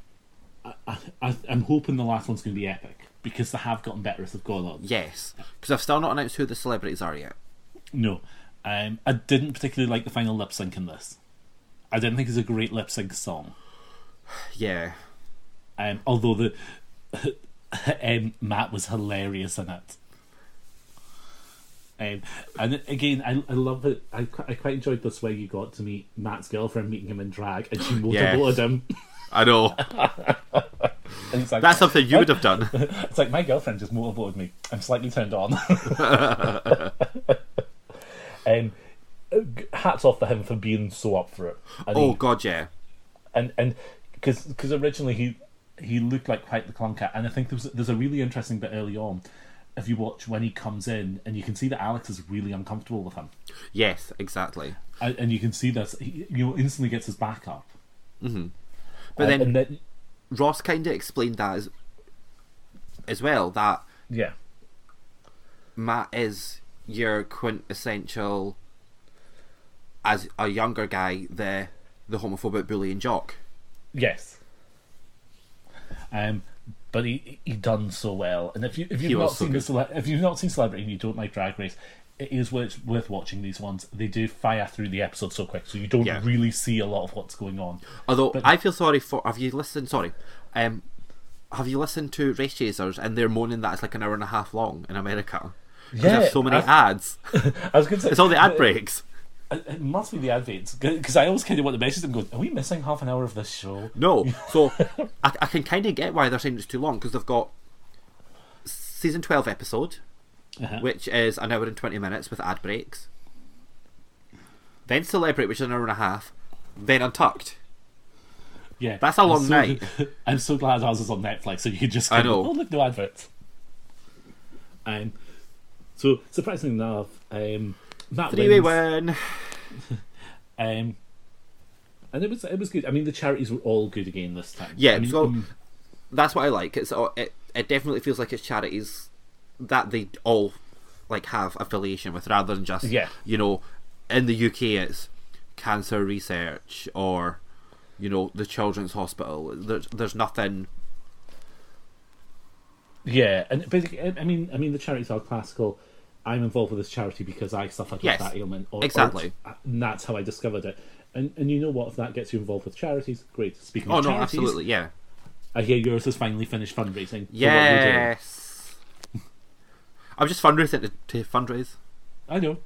I, I, I'm hoping the last one's going to be epic because they have gotten better as they've gone on. yes, because I've still not announced who the celebrities are yet. No, um, I didn't particularly like the final lip sync in this. I didn't think it's a great lip sync song. Yeah, Um, although the um, Matt was hilarious in it. Um, and again, I, I love it. I, qu- I quite enjoyed this where you got to meet Matt's girlfriend, meeting him in drag, and she motorboated him. I know And he's like, that's something you would have done. It's like my girlfriend just motorboated me. I'm slightly turned on. um, hats off to him for being so up for it. And Oh he- god, yeah, and and because because originally he he looked like quite the clunker, and I think there's there's a really interesting bit early on. If you watch when he comes in, and you can see that Alex is really uncomfortable with him, yes, exactly. and, and you can see this, he, you know, instantly gets his back up. Mm-hmm. Uh, But And- then and then Ross kind of explained that as, as well that yeah, Matt is your quintessential as a younger guy the the homophobic bully and jock. yes. Um, but he he done so well, and if you if He you've was not so seen good. the cele- if you've not seen Celebrity and you don't like Drag Race. It is worth, worth watching these ones. They do fire through the episode so quick, so you don't Yeah. really see a lot of what's going on. Although I feel sorry for have you listened sorry. Um have you listened to Race Chasers and they're moaning that it's like an hour and a half long in America? Because Yeah, have so many I've- ads. I was going to say It's all the ad but- breaks. It it must be the adverts because I always kind of want the message. I'm going, are we missing half an hour of this show? No. So I, I can kind of get why they're saying it's too long because they've got season 12 episode, Uh-huh. which is an hour and 20 minutes with ad breaks. Then Celebrate, which is an hour and a half. Then Untucked. Yeah, That's a I'm long so- night. I'm so glad ours is on Netflix, so you could just. I go, know. Oh look, no adverts. Um, so surprisingly enough, um, Matt Three way wins, win. Um, and it was it was good. I mean, the charities were all good again this time. Yeah, I mean, so um, that's what I like. It's all- it, it definitely feels like it's charities that they all like have affiliation with, rather than just Yeah. You know, in the UK, it's cancer research or you know the children's hospital. There's there's nothing. yeah, and basically, I I mean, I mean, the charities are classical. I'm involved with this charity because I suffered Yes, with that ailment. Or, or- exactly. and that's how I discovered it. And and you know what? If that gets you involved with charities, great. Speaking Oh of no, charities, absolutely, yeah, I hear yours has finally finished fundraising. for what we're doing. yes. I'm just fundraising to, to fundraise. I know.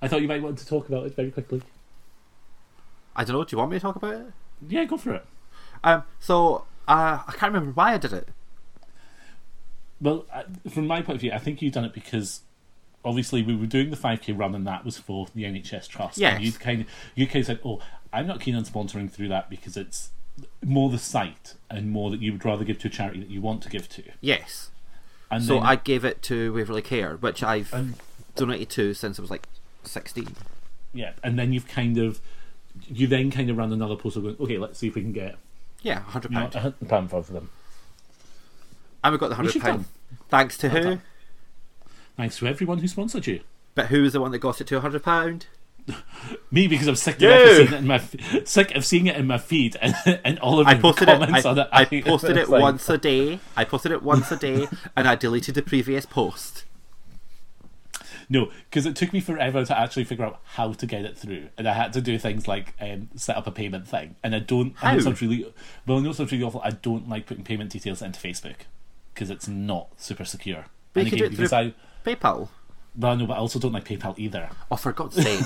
I thought you might want to talk about it very quickly. I don't know. Do you want me to talk about it? Yeah, go for it. Um. So uh, I can't remember why I did it. Well, I- from my point of view, I think you've done it because obviously we were doing the 5k run, and that was for the NHS Trust. Yes. And you kind of you kind of said, "Oh, I'm not keen on sponsoring through that because it's more the site and more that you would rather give to a charity that you want to give to." Yes. And So then, I gave it to Waverly Care, which I've Um, donated to since I was like 16. yeah, and then you've kind of you then kind of ran another postal going, "Okay, let's see if we can get Yeah, £100. you know, a hundred pound for them." And we got the £100. should Pound, have thanks to who? done. Thanks to everyone who sponsored you. But who was the one that got it to £100? pound? Me because I'm sick You! of seeing it in my f- sick of seeing it in my feed and, and all of I your posted it. comments I, on it. I posted it It's like- once a day. I posted it once a day, and I deleted the previous post. No, because it took me forever to actually figure out how to get it through, and I had to do things like um, set up a payment thing. And I don't. I know How? it sounds really well. I know it sounds really awful. I don't like putting payment details into Facebook because it's not super secure. But and you can do it because through I PayPal. well, I know, but I also don't like PayPal either. Oh, for God's sake.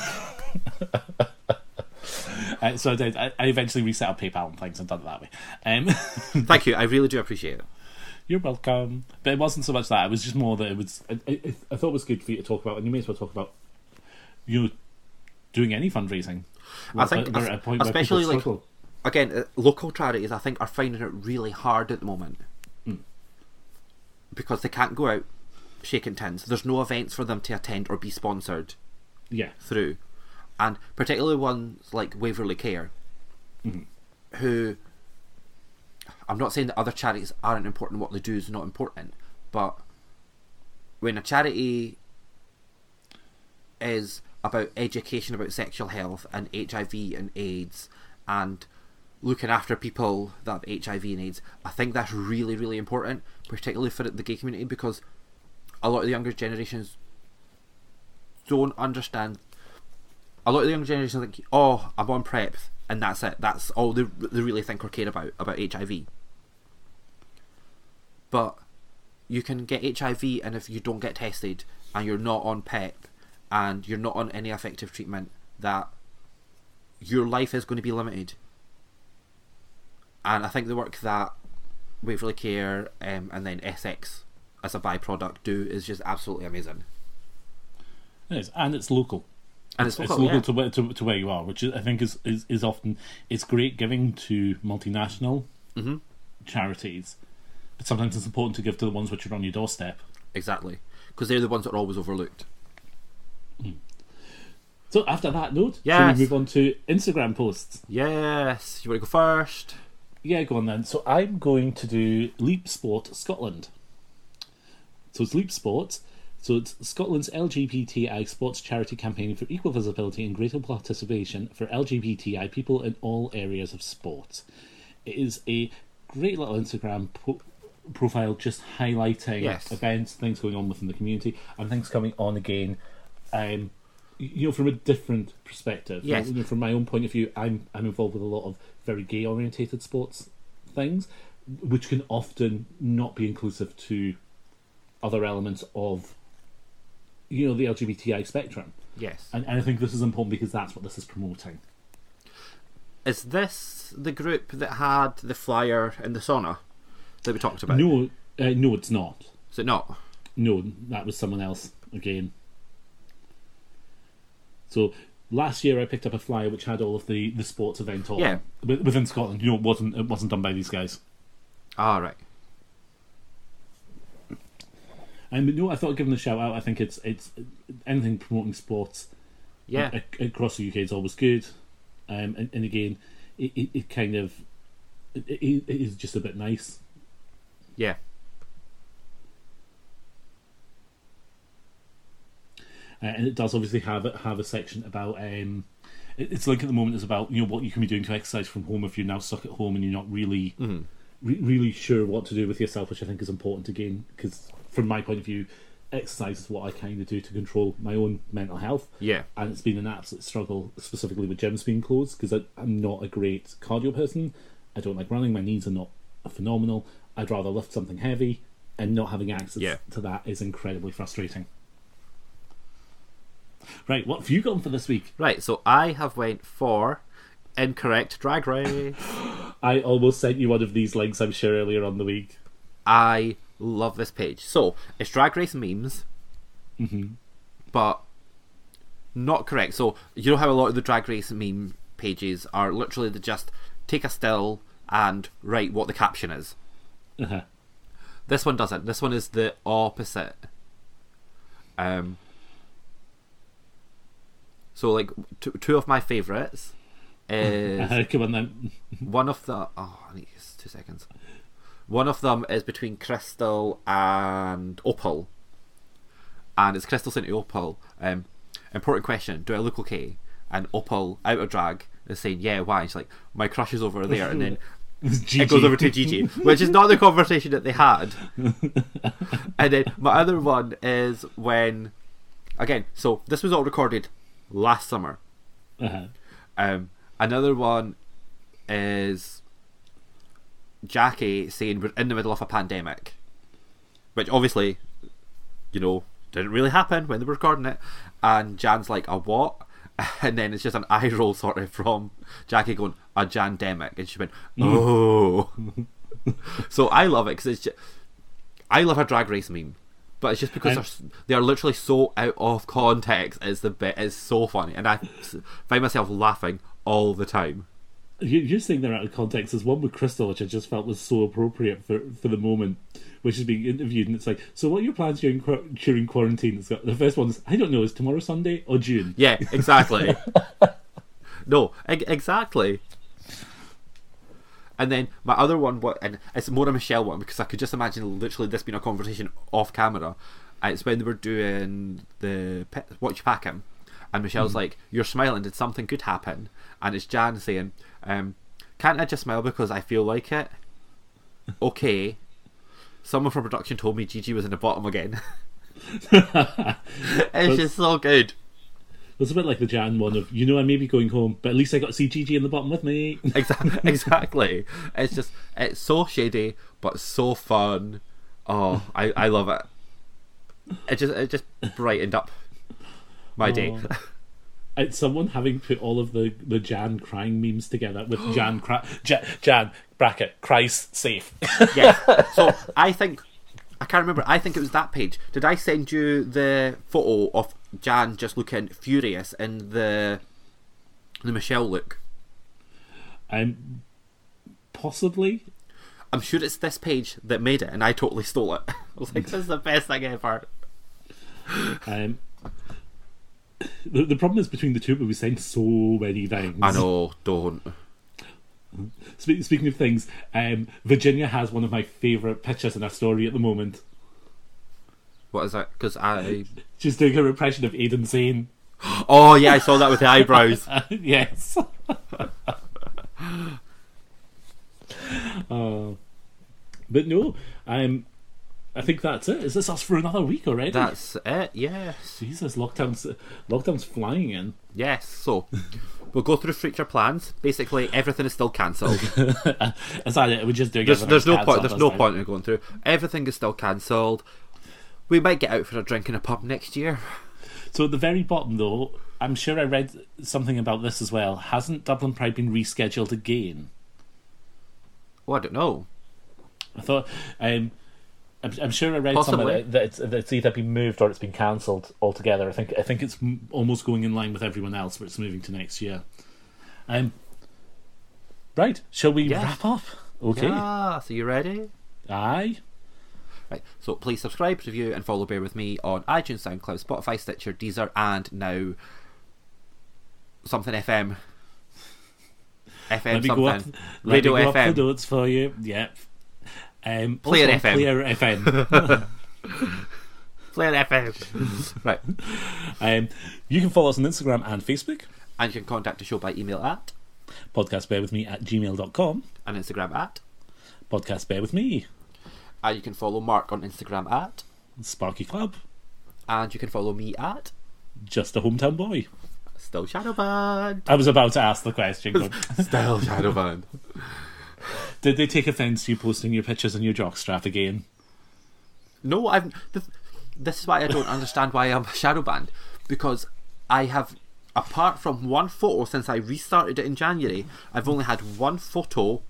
Uh, so I did. I, I eventually reset up PayPal and things and done it that way. Um, Thank you. I really do appreciate it. You're welcome. But it wasn't so much that. It was just more that it was. I, I, I thought it was good for you to talk about, and you may as well talk about you know, doing any fundraising. I think, We're at a point where especially people like, struggle. again, uh, local charities, I think, Hmm. are finding it really hard at the moment because they can't go out shaken tins. There's no events for them to attend or be sponsored Yeah. through, and particularly ones like Waverley Care, who I'm not saying that other charities aren't important. What they do is not important, but when a charity is about education about sexual health and HIV and AIDS and looking after people that have HIV and AIDS, I think that's really really important, particularly for the gay community because a lot of the younger generations don't understand. A lot of the younger generation think, "Oh, I'm on prep, and that's it. That's all they, they really think or care about about HIV." But you can get HIV, and if you don't get tested, and you're not on PEP, and you're not on any effective treatment, that your life is going to be limited. And I think the work that Waverley Care um, and then SX as a byproduct do is just absolutely amazing. It is. And it's local. And it's, It's local, local yeah. to, where, to, to where you are, which is, I think is, is, is often it's great giving to multinational Mm-hmm. charities, but sometimes it's important to give to the ones which are on your doorstep. Exactly. Because they're the ones that are always overlooked. So after that note, Yes. shall we move on to Instagram posts? Yes. You want to go first? Yeah, go on then. So I'm going to do Leap Sport Scotland. So it's Leap Sport. So it's Scotland's LGBTI sports charity campaigning for equal visibility and greater participation for LGBTI people in all areas of sport. It is a great little Instagram po- profile just highlighting Yes. events, things going on within the community, and things coming on again. Um, y- you know, from a different perspective. Yes. You know, from my own point of view, I'm I'm involved with a lot of very gay orientated sports things, which can often not be inclusive to other elements of you know the LGBTI spectrum. Yes. And, and I think this is important because that's what this is promoting. Is this the group that had the flyer in the sauna that we talked about? No, uh, no, it's not. Is it not? No, that was someone else again. So last year I picked up a flyer which had all of the, the sports event on Yeah. wi- within Scotland. You know, it wasn't it wasn't done by these guys. Ah, right. And but no, I thought giving the shout out. I think it's it's anything promoting sports Yeah. ac- across the UK is always good. Um, and, and again, it, it, it kind of it, it it is just a bit nice. Yeah. Uh, and it does obviously have a- have a section about um, it- it's like at the moment it's about you know what you can be doing to exercise from home if you're now stuck at home and you're not really re- really sure what to do with yourself, which I think is important again because from my point of view, exercise is what I kind of do to control my own mental health. Yeah. and it's been an absolute struggle, specifically with gyms being closed because I'm not a great cardio person. I don't like running. My knees are not phenomenal. I'd rather lift something heavy, and not having access Yeah. to that is incredibly frustrating. Right, what have you gone for this week? Right. So I have went for incorrect drag race. I almost sent you one of these links, I'm sure, earlier on the week. I love this page. So it's drag race memes, Mm-hmm. but not correct. So you know how a lot of the drag race meme pages are literally they just take a still and write what the caption is. Uh-huh. This one doesn't. This one is the opposite. Um. So like t- two of my favorites is Uh, come on then. one of the oh I need just two seconds. One of them is between Crystal and Opal, and it's Crystal saying to Opal, um, "Important question: Do I look okay?" And Opal, out of drag, is saying, "Yeah, why?" And she's like, "My crush is over there," and then Gigi. it goes over to Gigi, which is not the conversation that they had. and then my other one is when, again, so this was all recorded last summer. Uh-huh. Um, another one is Jackie saying we're in the middle of a pandemic, which obviously, you know, didn't really happen when they were recording it. And Jan's like, a what? And then it's just an eye roll sort of from Jackie going, a Jandemic. And she went, oh. so I love it because it's just, I love a drag race meme. But it's just because And- they're, s- they are literally so out of context. It's the bit. It's so funny, and I s- find myself laughing all the time. you- you're saying they're out of context. There's one with Crystal, which I just felt was so appropriate for, for the moment, which is being interviewed, and it's like, so what are your plans during qu- during quarantine? It's got, the first one's, I don't know, is tomorrow Sunday or June? Yeah, exactly. no, e- exactly. And then my other one, what, and it's more a Michelle one because I could just imagine literally this being a conversation off camera. Uh, It's when they were doing the pet, watch pack him, and Michelle's like, "You're smiling. Did something good happen?" And it's Jan saying, um, "Can't I just smile because I feel like it?" Okay. Someone from production told me Gigi was in the bottom again. it's just so good. It's a bit like the Jan one of, you know, I may be going home, but at least I got to see Gigi in the bottom with me. Exactly. exactly. It's just it's so shady, but so fun. Oh, I, I love it. It just it just brightened up my day. Oh. It's someone having put all of the, the Jan crying memes together with Jan, cra- Jan, Jan bracket, cries safe. yeah. So I think I can't remember. I think it was that page. Did I send you the photo of Jan just looking furious in the the Michelle look? Um, possibly. I'm sure it's this page that made it, and I totally stole it. I was like, "This is the best thing ever." Um, the, the problem is between the two, but we send so many things. I know. Don't. Spe- speaking of things, um, Virginia has one of my favourite pictures in her story at the moment. What is that? Because I. She's doing her impression of Aidan Zane. Oh yeah, I saw that with the eyebrows. yes. uh, but no, um, I think that's it. Is this us for another week already? That's it. Yes. Jesus, lockdown's lockdown's flying in. Yes. So we'll go through future plans. Basically, everything is still cancelled. Is that it? We're just doing. There's, everything there's no cats point. up There's this no time. point in going through. Everything is still cancelled. We might get out for a drink in a pub next year. So at the very bottom, though, I'm sure I read something about this as well. Hasn't Dublin Pride been rescheduled again? Oh, I don't know. I thought um, I'm, I'm sure I read somewhere Possibly. that, that, it's, that it's either been moved or it's been cancelled altogether. I think I think it's m- almost going in line with everyone else, but it's moving to next year. Um, right? Shall we Yes. wrap up? Okay. Yeah. So you ready? Aye. Right. So please subscribe, review, and follow Bear with Me on iTunes, SoundCloud, Spotify, Stitcher, Deezer, and now something FM. FM Let me something. go up. Radio let me go FM. Up the notes for you. Yep. Um, Player also FM. on Player FM. Player FM. right. um, you can follow us on Instagram and Facebook. And you can contact the show by email at Podcast bear with me at gmail.com. and Instagram at. Podcast bear with me. And you can follow Mark on Instagram at. Sparky Club. And you can follow me at Just a hometown boy. Still Shadowband. I was about to ask the question. but- Still Shadowband. Did they take offence to you posting your pictures in your jockstrap again? No, I've. Th- this is why I don't understand why I'm a Shadowband. Because I have, apart from one photo since I restarted it in January, I've only had one photo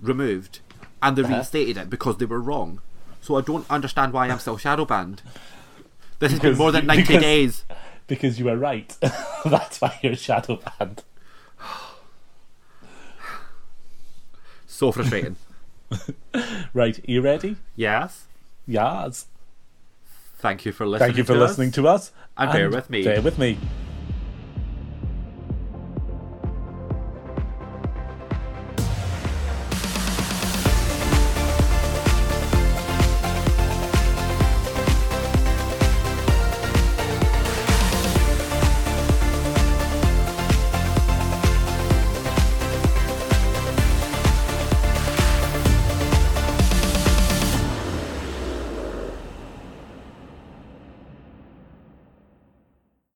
removed. And they Uh-huh. reinstated it because they were wrong. So I don't understand why I'm still Shadowband. This has been Because- more than 90 because- days. Because you were right. That's why you're shadow banned. So frustrating. Right, are you ready? yes. Yes. Thank you for listening. Thank you for to us. listening to us. And bear with me. Bear with me.